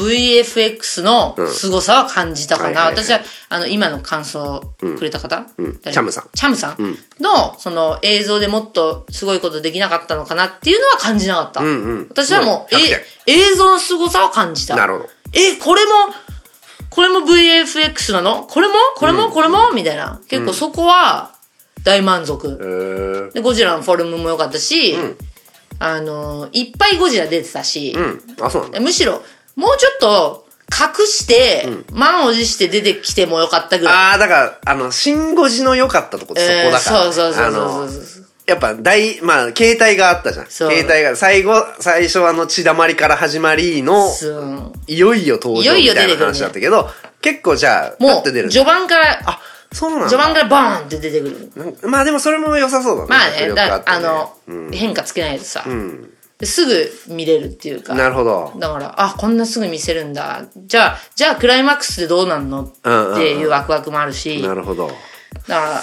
Speaker 2: VFX の凄さは感じたかな。
Speaker 3: うんはいはいはい
Speaker 2: 私は、あの、今の感想をくれた方、
Speaker 3: ん
Speaker 2: 誰
Speaker 3: チャムさん
Speaker 2: チャムさんの、その映像でもっとすごいことできなかったのかなっていうのは感じなかった。
Speaker 3: んうん
Speaker 2: 私はもう、
Speaker 3: うん100
Speaker 2: え映像の凄さを感じた。
Speaker 3: なるほど。
Speaker 2: え、これも、これも VFX なのこれもこれもこれもみたいな。結構そこは大満
Speaker 3: え
Speaker 2: 足。
Speaker 3: ー
Speaker 2: で、ゴジラのフォルムも良かったし、あの、いっぱいゴジラ出てたし、
Speaker 3: うん。あ、そうなんだ。
Speaker 2: むしろ、もうちょっと隠して、満を持して出てきてもよかったぐらい。
Speaker 3: ああ、だから、あの、シンゴジの良かったとこってそこだから、
Speaker 2: えーそうそうそうそうそう
Speaker 3: あのやっぱ大、まあ、携帯があったじゃん。
Speaker 2: そう
Speaker 3: 携帯が、最後、最初はあの、血だまりから始まりの、
Speaker 2: そう
Speaker 3: いよいよ登
Speaker 2: いよ
Speaker 3: 場
Speaker 2: い
Speaker 3: み
Speaker 2: よ
Speaker 3: た
Speaker 2: 出て
Speaker 3: いな
Speaker 2: くるね
Speaker 3: 話だったけど、結構じゃあ、パ
Speaker 2: も
Speaker 3: ッ
Speaker 2: う、
Speaker 3: て出るんだ
Speaker 2: 序盤から、
Speaker 3: あ、そうなんだ。
Speaker 2: 序盤からバーンって出てくる。
Speaker 3: なんかまあでもそれも良さそうだね。
Speaker 2: まあ
Speaker 3: 迫
Speaker 2: ね、
Speaker 3: 力が
Speaker 2: だ
Speaker 3: って
Speaker 2: あの、
Speaker 3: うん
Speaker 2: 変化つけないとさ、ですぐ見れるっていうか。
Speaker 3: なるほど。
Speaker 2: だから、あ、こんなすぐ見せるんだ。じゃあ、じゃあクライマックスでどうなんのっ
Speaker 3: うんうんうん
Speaker 2: ていうワクワクもあるし、
Speaker 3: なるほど。
Speaker 2: だか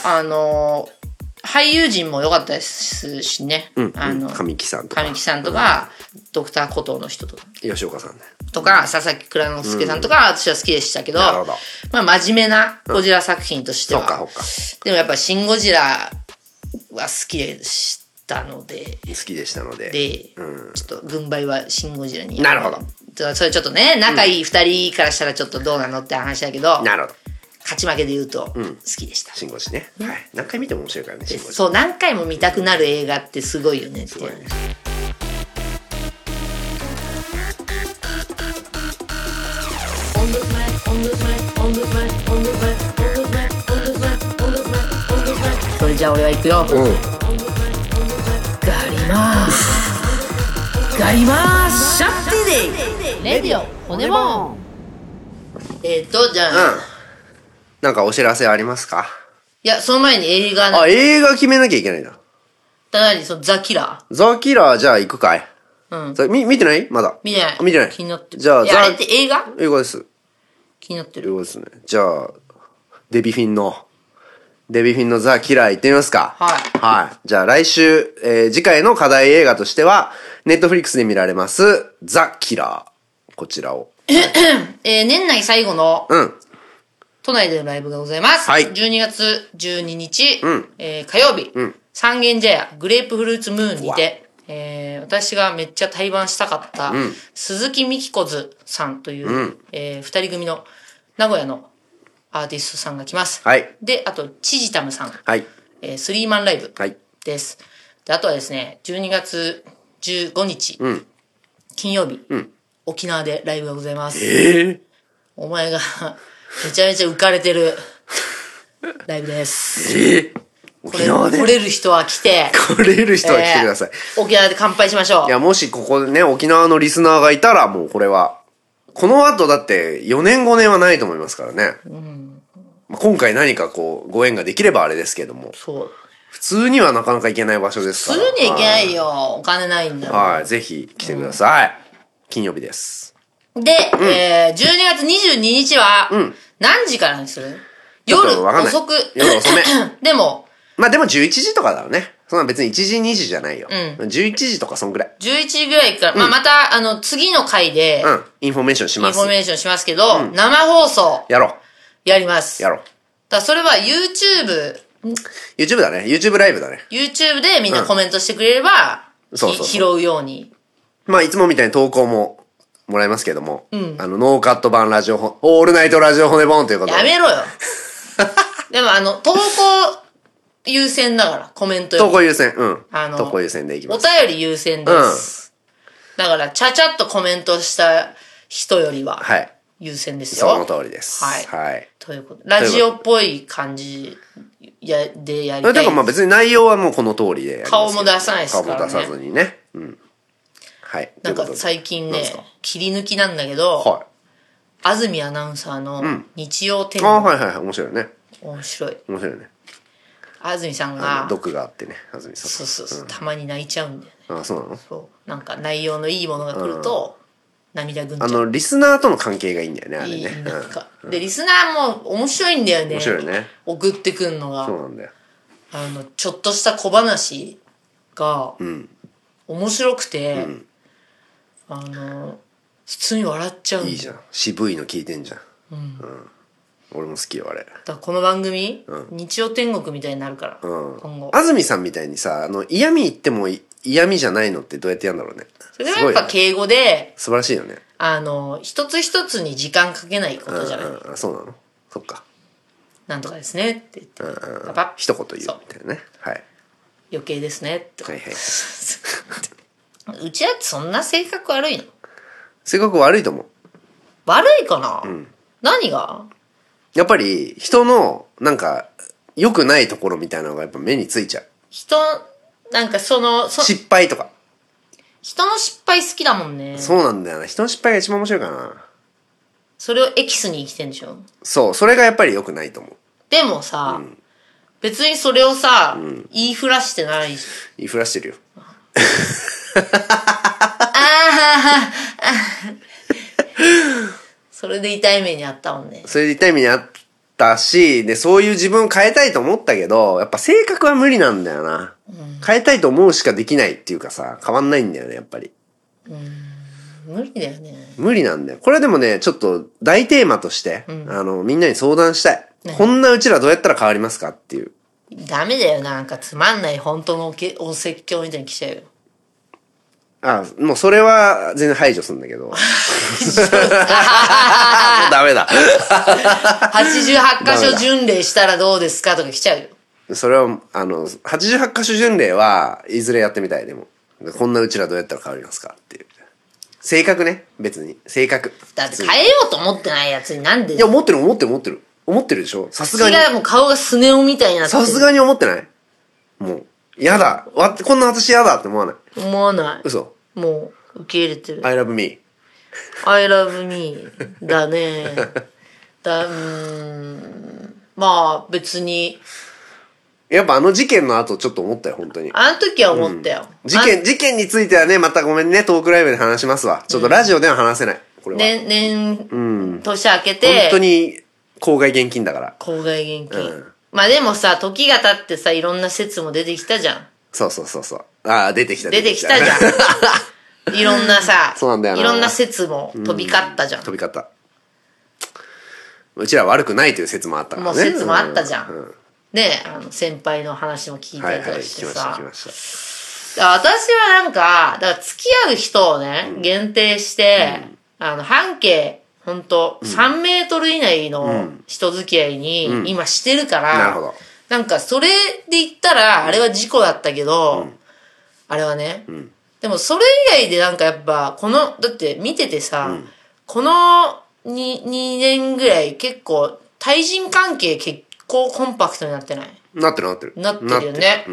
Speaker 2: ら、あのー俳優陣も良かったですしね。
Speaker 3: うん、
Speaker 2: あの、
Speaker 3: 神木さんとか
Speaker 2: 神木さんとか、ドクターコトーの人とか、
Speaker 3: 吉岡さんね
Speaker 2: とか佐々木蔵之介さんとか、私は好きでしたけど、
Speaker 3: なるほど
Speaker 2: まあ、真面目なゴジラ作品として
Speaker 3: そ
Speaker 2: は。
Speaker 3: っかそっか
Speaker 2: でもやっぱ、シン・ゴジラは好きでしたので、
Speaker 3: 好きでしたので
Speaker 2: で、
Speaker 3: うん
Speaker 2: ちょっと軍配はシン・ゴジラに。
Speaker 3: なるほど
Speaker 2: ど。それちょっとね、仲いい二人からしたらちょっとどうなのって話だけど、
Speaker 3: なるほど
Speaker 2: 勝ち負けで言うと好きでした。
Speaker 3: 新ゴジね、はい、何回見ても面白いからね新ゴジ
Speaker 2: そう、何回も見たくなる映画ってすごいよねっていう。
Speaker 3: ごいね
Speaker 2: それじゃあ俺は行くよ。
Speaker 3: うん
Speaker 2: ガリマース。ガリマースシャッテ
Speaker 4: レディオ骨もん
Speaker 2: ィデイえっ、と、じゃあ、
Speaker 3: うんなんかお知らせありますか
Speaker 2: いや、その前に映画の、
Speaker 3: あ映画決めなきゃいけないな
Speaker 2: ただにそのザ・キラ
Speaker 3: ザ・キラーじゃあ行くかい
Speaker 2: ー。うん。
Speaker 3: それみ見てないまだ
Speaker 2: 見てない
Speaker 3: あ見てない
Speaker 2: 気になってる。
Speaker 3: じゃあ
Speaker 2: いや
Speaker 3: ザ
Speaker 2: あれって映画
Speaker 3: 映画です
Speaker 2: 気になって
Speaker 3: 映
Speaker 2: る。
Speaker 3: 画ですねじゃあデビフィンのデビフィンのザ・キラー行ってみますか
Speaker 2: はい
Speaker 3: はいじゃあ来週、えー次回の課題映画としてはネットフリックスで見られますザ・キラーこちらを
Speaker 2: えー、年内最後の
Speaker 3: うん
Speaker 2: 都内でのライブがございます。
Speaker 3: はい
Speaker 2: 12月12日、
Speaker 3: ん
Speaker 2: えー火曜日、
Speaker 3: ん
Speaker 2: 三軒茶屋、グレープフルーツムーンにて、えー私がめっちゃ対バンしたかった、鈴木みきこずさんという、えー二人組の名古屋のアーティストさんが来ます。
Speaker 3: はい
Speaker 2: で、あと、チジタムさん、
Speaker 3: はい
Speaker 2: えースリーマンライブ
Speaker 3: はい
Speaker 2: です。で、あとはですね、12月15日、
Speaker 3: ん
Speaker 2: 金曜日、沖縄でライブがございます。
Speaker 3: ええ
Speaker 2: お前がめちゃめちゃ浮かれてるライブです。
Speaker 3: え
Speaker 2: こ
Speaker 3: 沖
Speaker 2: れ、
Speaker 3: 縄で
Speaker 2: 来れる人は来て、
Speaker 3: 来れる人は来てください。
Speaker 2: えー沖縄で乾杯しましょ
Speaker 3: いや、
Speaker 2: う。
Speaker 3: もしここでね、沖縄のリスナーがいたら、もうこれは、この後だって4年5年はないと思いますからね。まあ今回何かこう、ご縁ができればあれですけども、
Speaker 2: そう。
Speaker 3: 普通にはなかなか行けない場所です
Speaker 2: す
Speaker 3: か
Speaker 2: ぐ
Speaker 3: ら。
Speaker 2: にはいけないよ。お金ないんだ
Speaker 3: はい。
Speaker 2: も
Speaker 3: はい、ぜひ来てください。金曜日です。
Speaker 2: ん。で、えー、12月22日は、何時からにする
Speaker 3: ちょっ
Speaker 2: 夜
Speaker 3: とわかんない
Speaker 2: 遅く。
Speaker 3: 夜遅め
Speaker 2: でも、
Speaker 3: まあでも11時とかだろうね。そんな別に1時2時じゃないよ。
Speaker 2: う
Speaker 3: 11時とかそんぐらい。
Speaker 2: 11時ぐらいから、まあ、また、あの、次の回で
Speaker 3: う、ん。インフォメーションし
Speaker 2: イン
Speaker 3: ます
Speaker 2: フォ。メーションしますけど、生放送、
Speaker 3: やろう。
Speaker 2: やります。
Speaker 3: や
Speaker 2: だか
Speaker 3: ろう。
Speaker 2: らそれは YouTube、
Speaker 3: YouTube だね。YouTube ライブだね。
Speaker 2: YouTube でみんなコメントしてくれれば、
Speaker 3: んそうそうそう
Speaker 2: ひ拾うように。
Speaker 3: まあ、いつもみたいに投稿ももらえますけども、あの、ノーカット版ラジオほ、オールナイトラジオ骨ボーンということで。
Speaker 2: やめろ よ。でもあの、投稿優先だから、コメントよ
Speaker 3: 投
Speaker 2: り
Speaker 3: 稿優先、うん。
Speaker 2: あの
Speaker 3: 投稿優先でいき
Speaker 2: お
Speaker 3: ます。
Speaker 2: 便り優先です。だから、ちゃちゃっとコメントした人よりは、
Speaker 3: はい。
Speaker 2: 優先ですよ。
Speaker 3: その通りです。
Speaker 2: はい
Speaker 3: はい。
Speaker 2: ということ。ラジオっぽい感じやでやりた
Speaker 3: だ
Speaker 2: い。
Speaker 3: からまあ別に内容はもうこの通りでやりますけど
Speaker 2: 顔も出さないですからね
Speaker 3: 顔も出さずにね。うん。はい。
Speaker 2: なん
Speaker 3: という
Speaker 2: か
Speaker 3: ことで
Speaker 2: 最近
Speaker 3: な
Speaker 2: ね
Speaker 3: んですか、
Speaker 2: 切り抜きなんだけど、
Speaker 3: は
Speaker 2: 安住アナウンサーの日曜天
Speaker 3: い。ああ、はいはいはい。面白いよね。
Speaker 2: 面白い。
Speaker 3: 面白いよね。
Speaker 2: 安住さん
Speaker 3: あの
Speaker 2: が、
Speaker 3: 毒があってね、安住さ
Speaker 2: そ
Speaker 3: ん。
Speaker 2: うそうそう、たまに泣いちゃうんだよね。
Speaker 3: ああ、そうなの
Speaker 2: そう。なんか内容のいいものが来ると、涙ぐんじゃ
Speaker 3: あ
Speaker 2: う。
Speaker 3: の、リスナーとの関係がいいんだよね、あれ
Speaker 2: いい、
Speaker 3: ね。う
Speaker 2: なんんか。で、リスナーも面白いんだよね。
Speaker 3: 面白いね。
Speaker 2: 送ってくんのが
Speaker 3: そう、なんだよ。
Speaker 2: あの、ちょっとした小話が、面白くて、あの、普通に笑っちゃうんだ
Speaker 3: い
Speaker 2: よ
Speaker 3: いじゃん。渋いの聞いてんじゃん。うん。俺も好きよ、あれ。
Speaker 2: だからこの番組、日曜天国みたいになるから、今後。
Speaker 3: 安住さんみたいにさあの嫌味言ってもい嫌味じゃないのってどうやってやるんだろうね
Speaker 2: それはやっぱ
Speaker 3: すごいよね
Speaker 2: 敬語で、
Speaker 3: 素晴らしいよね
Speaker 2: あの、一つ一つに時間かけないことじゃない。
Speaker 3: うんうんうんそうなのそっか
Speaker 2: なんとかですねって言って、パパッ
Speaker 3: 一言言うみ
Speaker 2: そう
Speaker 3: たいなねはい
Speaker 2: 余計ですねとか
Speaker 3: はいはい
Speaker 2: うちだってそんな性格悪いの
Speaker 3: 性格悪いと思う
Speaker 2: 悪いかな、何が
Speaker 3: やっぱり人のなんか良くないところみたいなのがやっぱ目についちゃう
Speaker 2: 人、なんかその、そ
Speaker 3: 失敗とか
Speaker 2: 人の失敗好きだもんね。
Speaker 3: そうなんだよな人の失敗が一番面白いかな
Speaker 2: それをエキスに生きてんでしょ
Speaker 3: そうそれがやっぱり良くないと思う
Speaker 2: でもさ、別にそれをさ、言いふらしてないじゃん
Speaker 3: 言いふらしてるよ
Speaker 2: それで痛い目にあったもんね。
Speaker 3: それで痛い目にあっったし、で、そういう自分を変えたいと思ったけど、やっぱ性格は無理なんだよな。変えたいと思うしかできないっていうかさ、変わんないんだよね、やっぱり。
Speaker 2: 無理だよね。
Speaker 3: 無理なんだよ。これでもね、ちょっと大テーマとして、あの、みんなに相談したい。こんなうちらどうやったら変わりますかっていう。
Speaker 2: ダメだよ、なんかつまんない本当のおけお説教みたいに来ち ゃうよ。
Speaker 3: あ、もうそれは全然排除するんだ けど。もうダメだ。
Speaker 2: 88箇所巡礼したらどうですかとか来ちゃうよ。
Speaker 3: それは、あの、88箇所巡礼はいずれやってみたい、でも。こんなうちらどうやったら変わりますかっていう。性格ね、別に。性格。
Speaker 2: だって変えようと思ってないやつになんで
Speaker 3: いや、思ってる、思ってる、思ってる。思ってるでしょさすが
Speaker 2: 違
Speaker 3: に。
Speaker 2: うもう顔がスネ夫みたいになってる
Speaker 3: さすがに思ってないもう、やだ。わ、こんな私やだって思わない。
Speaker 2: 思わない。
Speaker 3: 嘘。
Speaker 2: もう、受け入れてる。
Speaker 3: I love me.
Speaker 2: I love me だ ね。だ、うーん。まあ、別に。
Speaker 3: やっぱあの事件の後ちょっと思ったよ、本当に。
Speaker 2: あの時は思ったよ。
Speaker 3: 事件、事件についてはね、またごめんね、トークライブで話しますわ。ちょっとラジオでは話せない。これ
Speaker 2: あ
Speaker 3: は。
Speaker 2: 年、年、年明けて、
Speaker 3: 本当に、公害現金だから。
Speaker 2: 公害現金。
Speaker 3: うん
Speaker 2: まあでもさ、時が経ってさ、いろんな説も出てきたじゃん。
Speaker 3: そうそうそうそう。ああ、出てきた。
Speaker 2: 出てきたじゃ ん。いろんなさ、
Speaker 3: そうなんだよない
Speaker 2: ろんな説も飛び交ったじゃん。
Speaker 3: 飛び方。うちら悪くないという説もあったから
Speaker 2: も
Speaker 3: ね。
Speaker 2: う説もあったじゃん。
Speaker 3: う
Speaker 2: ねあの、先輩の話も聞い
Speaker 3: は
Speaker 2: た
Speaker 3: い
Speaker 2: りと
Speaker 3: はい、
Speaker 2: か
Speaker 3: 聞
Speaker 2: し
Speaker 3: き
Speaker 2: て
Speaker 3: まし
Speaker 2: さ。
Speaker 3: た、聞きまし
Speaker 2: 私はなんか、だから付き合う人をね、限定して、あの、半径、ほんと、3メートル以内の人付き合いに今してるから、
Speaker 3: た。なるほど。
Speaker 2: なんか、それで言ったら、あれは事故だったけど、あれはね、でも、それ以外でなんかやっぱ、この、だって見ててさ、この 2, 2年ぐらい結構、対人関係結構コンパクトになってない
Speaker 3: なってるなってる。
Speaker 2: なってるよね。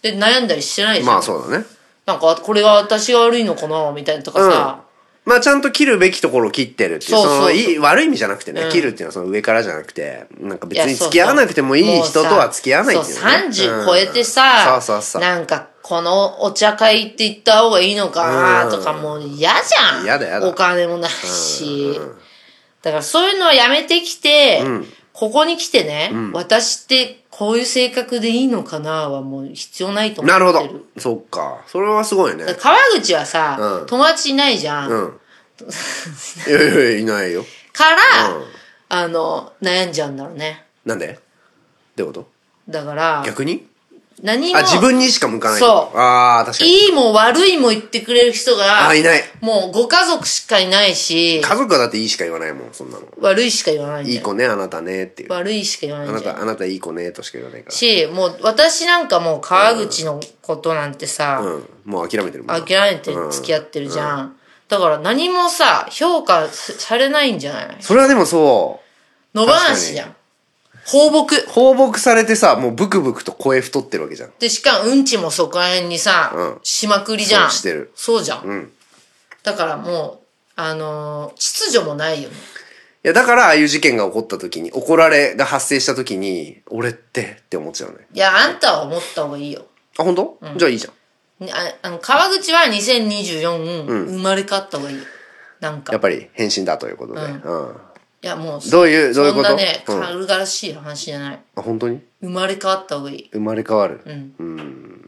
Speaker 2: で、悩んだりしてないじゃん。
Speaker 3: まあそうだね。
Speaker 2: なんか、これが私が悪いのかなみたいなとかさ、
Speaker 3: まあちゃんと切るべきところを切ってるっていう、
Speaker 2: そう
Speaker 3: そ
Speaker 2: そう
Speaker 3: のいい悪い意味じゃなくてね、
Speaker 2: うん
Speaker 3: 切るっていうのはその上からじゃなくて、なんか別
Speaker 2: い
Speaker 3: に
Speaker 2: やそうそう
Speaker 3: 付き合わなくてもいい人と
Speaker 2: もうさ
Speaker 3: は付き合わないっていう、ね。
Speaker 2: そう30超えて
Speaker 3: う
Speaker 2: さ、
Speaker 3: んそうそうそう。
Speaker 2: なんかこのお茶会って言った方がいいのかなとか
Speaker 3: うん
Speaker 2: もう嫌じゃん。
Speaker 3: 嫌だ嫌だ
Speaker 2: お金もないし。だからそういうのはやめてきて、ここに来てね、私ってこういう性格でいいのかなはもう必要ないと思っ
Speaker 3: な
Speaker 2: てる。
Speaker 3: るほど。そっか。それはすごいね
Speaker 2: だ。から川口はさ、
Speaker 3: うん
Speaker 2: 友達いないじゃん。
Speaker 3: うん。いやいやいや、いないよ。
Speaker 2: から、
Speaker 3: うん
Speaker 2: あの、悩んじゃうんだろうね。
Speaker 3: なんでってこと
Speaker 2: だから、
Speaker 3: 逆に
Speaker 2: 何も
Speaker 3: あ、、自分にしか向かない。
Speaker 2: そう
Speaker 3: ああ、確かに。
Speaker 2: いいも悪いも言ってくれる人が、
Speaker 3: あーいない。
Speaker 2: もうご家族しかいないし、
Speaker 3: 家族はだっていいしか言わないもん、そんなの。
Speaker 2: 悪いしか言わないんだ
Speaker 3: いい
Speaker 2: よ。
Speaker 3: 子ね、あなたねっていう。あ
Speaker 2: 悪いしか言わない
Speaker 3: なん
Speaker 2: だよ
Speaker 3: た、。あなたいい子ねとしか言わないから。
Speaker 2: し、もう私なんかもう川口のことなんてさ、
Speaker 3: うん。もう諦めてるもん。
Speaker 2: 諦めて付き合ってるじゃん。だから何もさ、評価されないんじゃない
Speaker 3: それはでもそう。
Speaker 2: 野放しじゃん。放牧。
Speaker 3: 放牧されてさ、もうブクブクと声太ってるわけじゃん。
Speaker 2: で、しかもうんちもそこら辺にさ、
Speaker 3: うん
Speaker 2: しまくりじゃん。
Speaker 3: そうしてる
Speaker 2: そうじゃん。
Speaker 3: ん
Speaker 2: だからもう、あのー秩序もないよね。
Speaker 3: いや、だからああいう事件が起こった時に、怒られが発生した時に、俺ってって思っちゃうね。
Speaker 2: いや、あんたは思った方がいいよ。
Speaker 3: あ、本当、じゃあいいじゃん。
Speaker 2: ああの、川口は2024、生まれ変わった方がいいよ。なんか。
Speaker 3: やっぱり変身だということで。うん。
Speaker 2: いや、もう、
Speaker 3: どういうどういうこと
Speaker 2: そんなね、
Speaker 3: うん
Speaker 2: 軽々しい話じゃない。
Speaker 3: あ、本当に
Speaker 2: 生まれ変わった方がいい。
Speaker 3: 生まれ変わる。
Speaker 2: うん。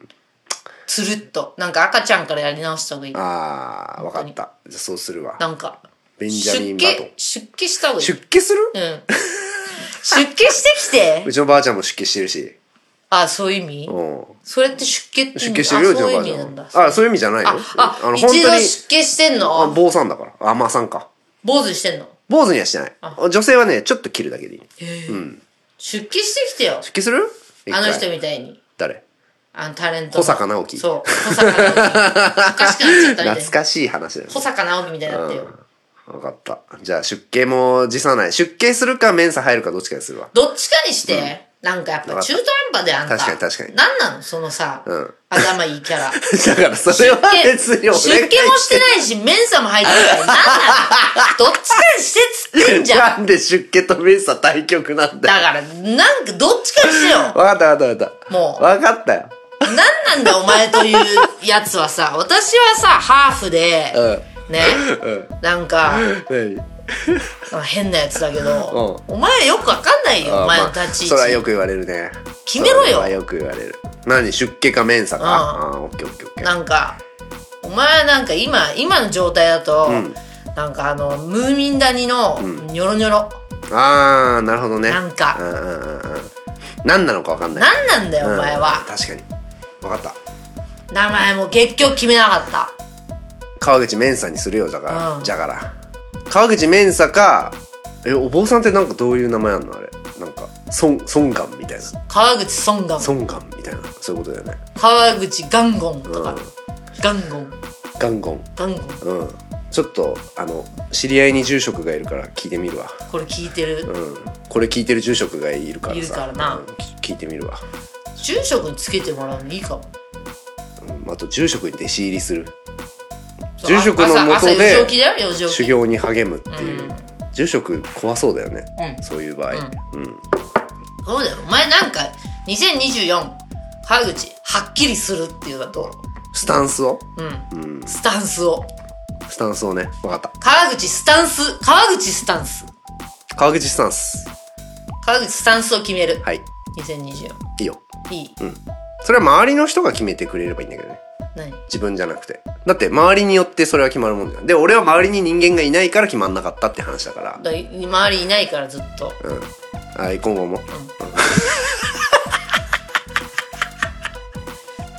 Speaker 2: つるっと。なんか赤ちゃんからやり直した方がいい。
Speaker 3: あー、わかった。じゃあそうするわ。
Speaker 2: なんか。
Speaker 3: ベンジャミ
Speaker 2: 出
Speaker 3: ン・バト
Speaker 2: 家
Speaker 3: ン、。
Speaker 2: 出家した方がいい。
Speaker 3: 出家する、
Speaker 2: うん。出家してきて
Speaker 3: うちのばあちゃんも出家してるし。
Speaker 2: あ、そういう意味
Speaker 3: うん。
Speaker 2: それって出家って意
Speaker 3: 出
Speaker 2: 味
Speaker 3: 家してるよ、
Speaker 2: あ
Speaker 3: うち
Speaker 2: そ
Speaker 3: の
Speaker 2: ういう意
Speaker 3: ばあち
Speaker 2: 味
Speaker 3: ゃ
Speaker 2: なん
Speaker 3: ん
Speaker 2: だ
Speaker 3: も。。あ、そういう意味じゃないよ。
Speaker 2: あ、あ、
Speaker 3: の、
Speaker 2: 一
Speaker 3: 本
Speaker 2: 度
Speaker 3: 当に、
Speaker 2: 出家してん
Speaker 3: あ
Speaker 2: の
Speaker 3: 坊さんだから。あ、まあさんか。
Speaker 2: 坊主にしてんの
Speaker 3: 坊主にはしてない。女性はね、ちょっと切るだけでいい。
Speaker 2: 出家してきてよ。
Speaker 3: 出家する
Speaker 2: あの
Speaker 3: 一
Speaker 2: 人
Speaker 3: 回
Speaker 2: みたいに。
Speaker 3: 誰
Speaker 2: あの、タレントの。
Speaker 3: 小坂直樹
Speaker 2: そう。小坂直樹。おかしくなっちゃったみたい
Speaker 3: 懐
Speaker 2: な。
Speaker 3: かしい話だよね
Speaker 2: 小坂直樹みたいになってよ。
Speaker 3: 分かったじゃあ出家も辞さない出家するかメンサ入るかどっちかにするわ
Speaker 2: どっちかにして、なんかやっぱ中途半端であんた。
Speaker 3: 確かに確かに
Speaker 2: なんなのそのさ
Speaker 3: うん、
Speaker 2: 頭いいキャラ。
Speaker 3: だから それは別に
Speaker 2: 出家
Speaker 3: 俺
Speaker 2: も
Speaker 3: が
Speaker 2: してないし、メンサも入ってない。なんなのどっちかにしてっつってんじゃん。
Speaker 3: なんで出家とメンサ対局なんだよ
Speaker 2: だから、なんかどっちかにしてよ。
Speaker 3: 分かった分かった分かった
Speaker 2: もう
Speaker 3: 分かったよ
Speaker 2: なんなんだお前というやつはさ、私はさ、ハーフで、
Speaker 3: う
Speaker 2: ね、なんか、
Speaker 3: ん何
Speaker 2: その変なやつだけど、
Speaker 3: う
Speaker 2: お前よくわかんないよ、
Speaker 3: あ
Speaker 2: お
Speaker 3: ー
Speaker 2: 前
Speaker 3: ま
Speaker 2: の
Speaker 3: あ
Speaker 2: 立ち位
Speaker 3: それは
Speaker 2: 置。
Speaker 3: よく言われるね
Speaker 2: 決めろよ
Speaker 3: それはよく言われる何出家か面差か
Speaker 2: あ
Speaker 3: ああーオッケーオッケーオッケー
Speaker 2: なんか、お前なんか今、今の状態だと、
Speaker 3: うん
Speaker 2: なんかあの、ムーミン谷の
Speaker 3: ん
Speaker 2: ニョロニョロ。
Speaker 3: ああなるほどね
Speaker 2: なんか
Speaker 3: うんうんうんうん何なのかわかんない
Speaker 2: なんなんだよ、お前
Speaker 3: うん
Speaker 2: は。
Speaker 3: 確かに分かった
Speaker 2: 名前も結局決めなかった。
Speaker 3: 川口メンサにするよだから、
Speaker 2: うん
Speaker 3: じゃから川口メンサかえお坊さんってなんかどういう名前あんのあれなんか孫孫願みたいな
Speaker 2: 川口ソンガン、
Speaker 3: 孫願みたいなそういうことだよね
Speaker 2: 川口ガンゴンと
Speaker 3: う
Speaker 2: か
Speaker 3: ん、
Speaker 2: ガンゴン、
Speaker 3: ガンゴン
Speaker 2: ガンゴン。
Speaker 3: うんちょっとあの知り合いに住職がいるから聞いてみるわ
Speaker 2: これ聞いてる、
Speaker 3: うんこれ聞いてる住職がいるからさ
Speaker 2: いるからな
Speaker 3: うんき聞いてみるわ、
Speaker 2: 住職につけてもらうのいいかも。
Speaker 3: うんあと住職に弟子入りする住職の
Speaker 2: 朝朝
Speaker 3: 下
Speaker 2: 四時
Speaker 3: で
Speaker 2: 起きだよ、4時
Speaker 3: 修
Speaker 2: 起き。
Speaker 3: 行に励むっていう、
Speaker 2: うん
Speaker 3: 住職怖そうだよね、
Speaker 2: うん
Speaker 3: そういう場合、うん
Speaker 2: そうだよ。お前なんか、2024、川口、はっきりするっていうのと、
Speaker 3: スタンスを、
Speaker 2: うん、
Speaker 3: うん、
Speaker 2: スタンスを。
Speaker 3: スタンスをね分かった
Speaker 2: 川口スタンス、川口スタンス。
Speaker 3: 川口スタンス
Speaker 2: 川口スタンスを決める。
Speaker 3: はい
Speaker 2: 2024。
Speaker 3: いいよ
Speaker 2: いい。
Speaker 3: それは周りの人が決めてくれればいいんだけどね
Speaker 2: 何
Speaker 3: 自分じゃなくてだって周りによってそれは決まるもんじゃんで俺は周りに人間がいないから決まんなかったって話だから
Speaker 2: だ周りいないからずっと。
Speaker 3: うんはい今後も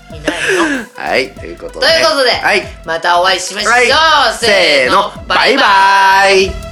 Speaker 2: いないの。
Speaker 3: はいということで
Speaker 2: ということで、
Speaker 3: はい
Speaker 2: またお会いしましょう。
Speaker 3: はい
Speaker 2: せーの、
Speaker 3: バイバイ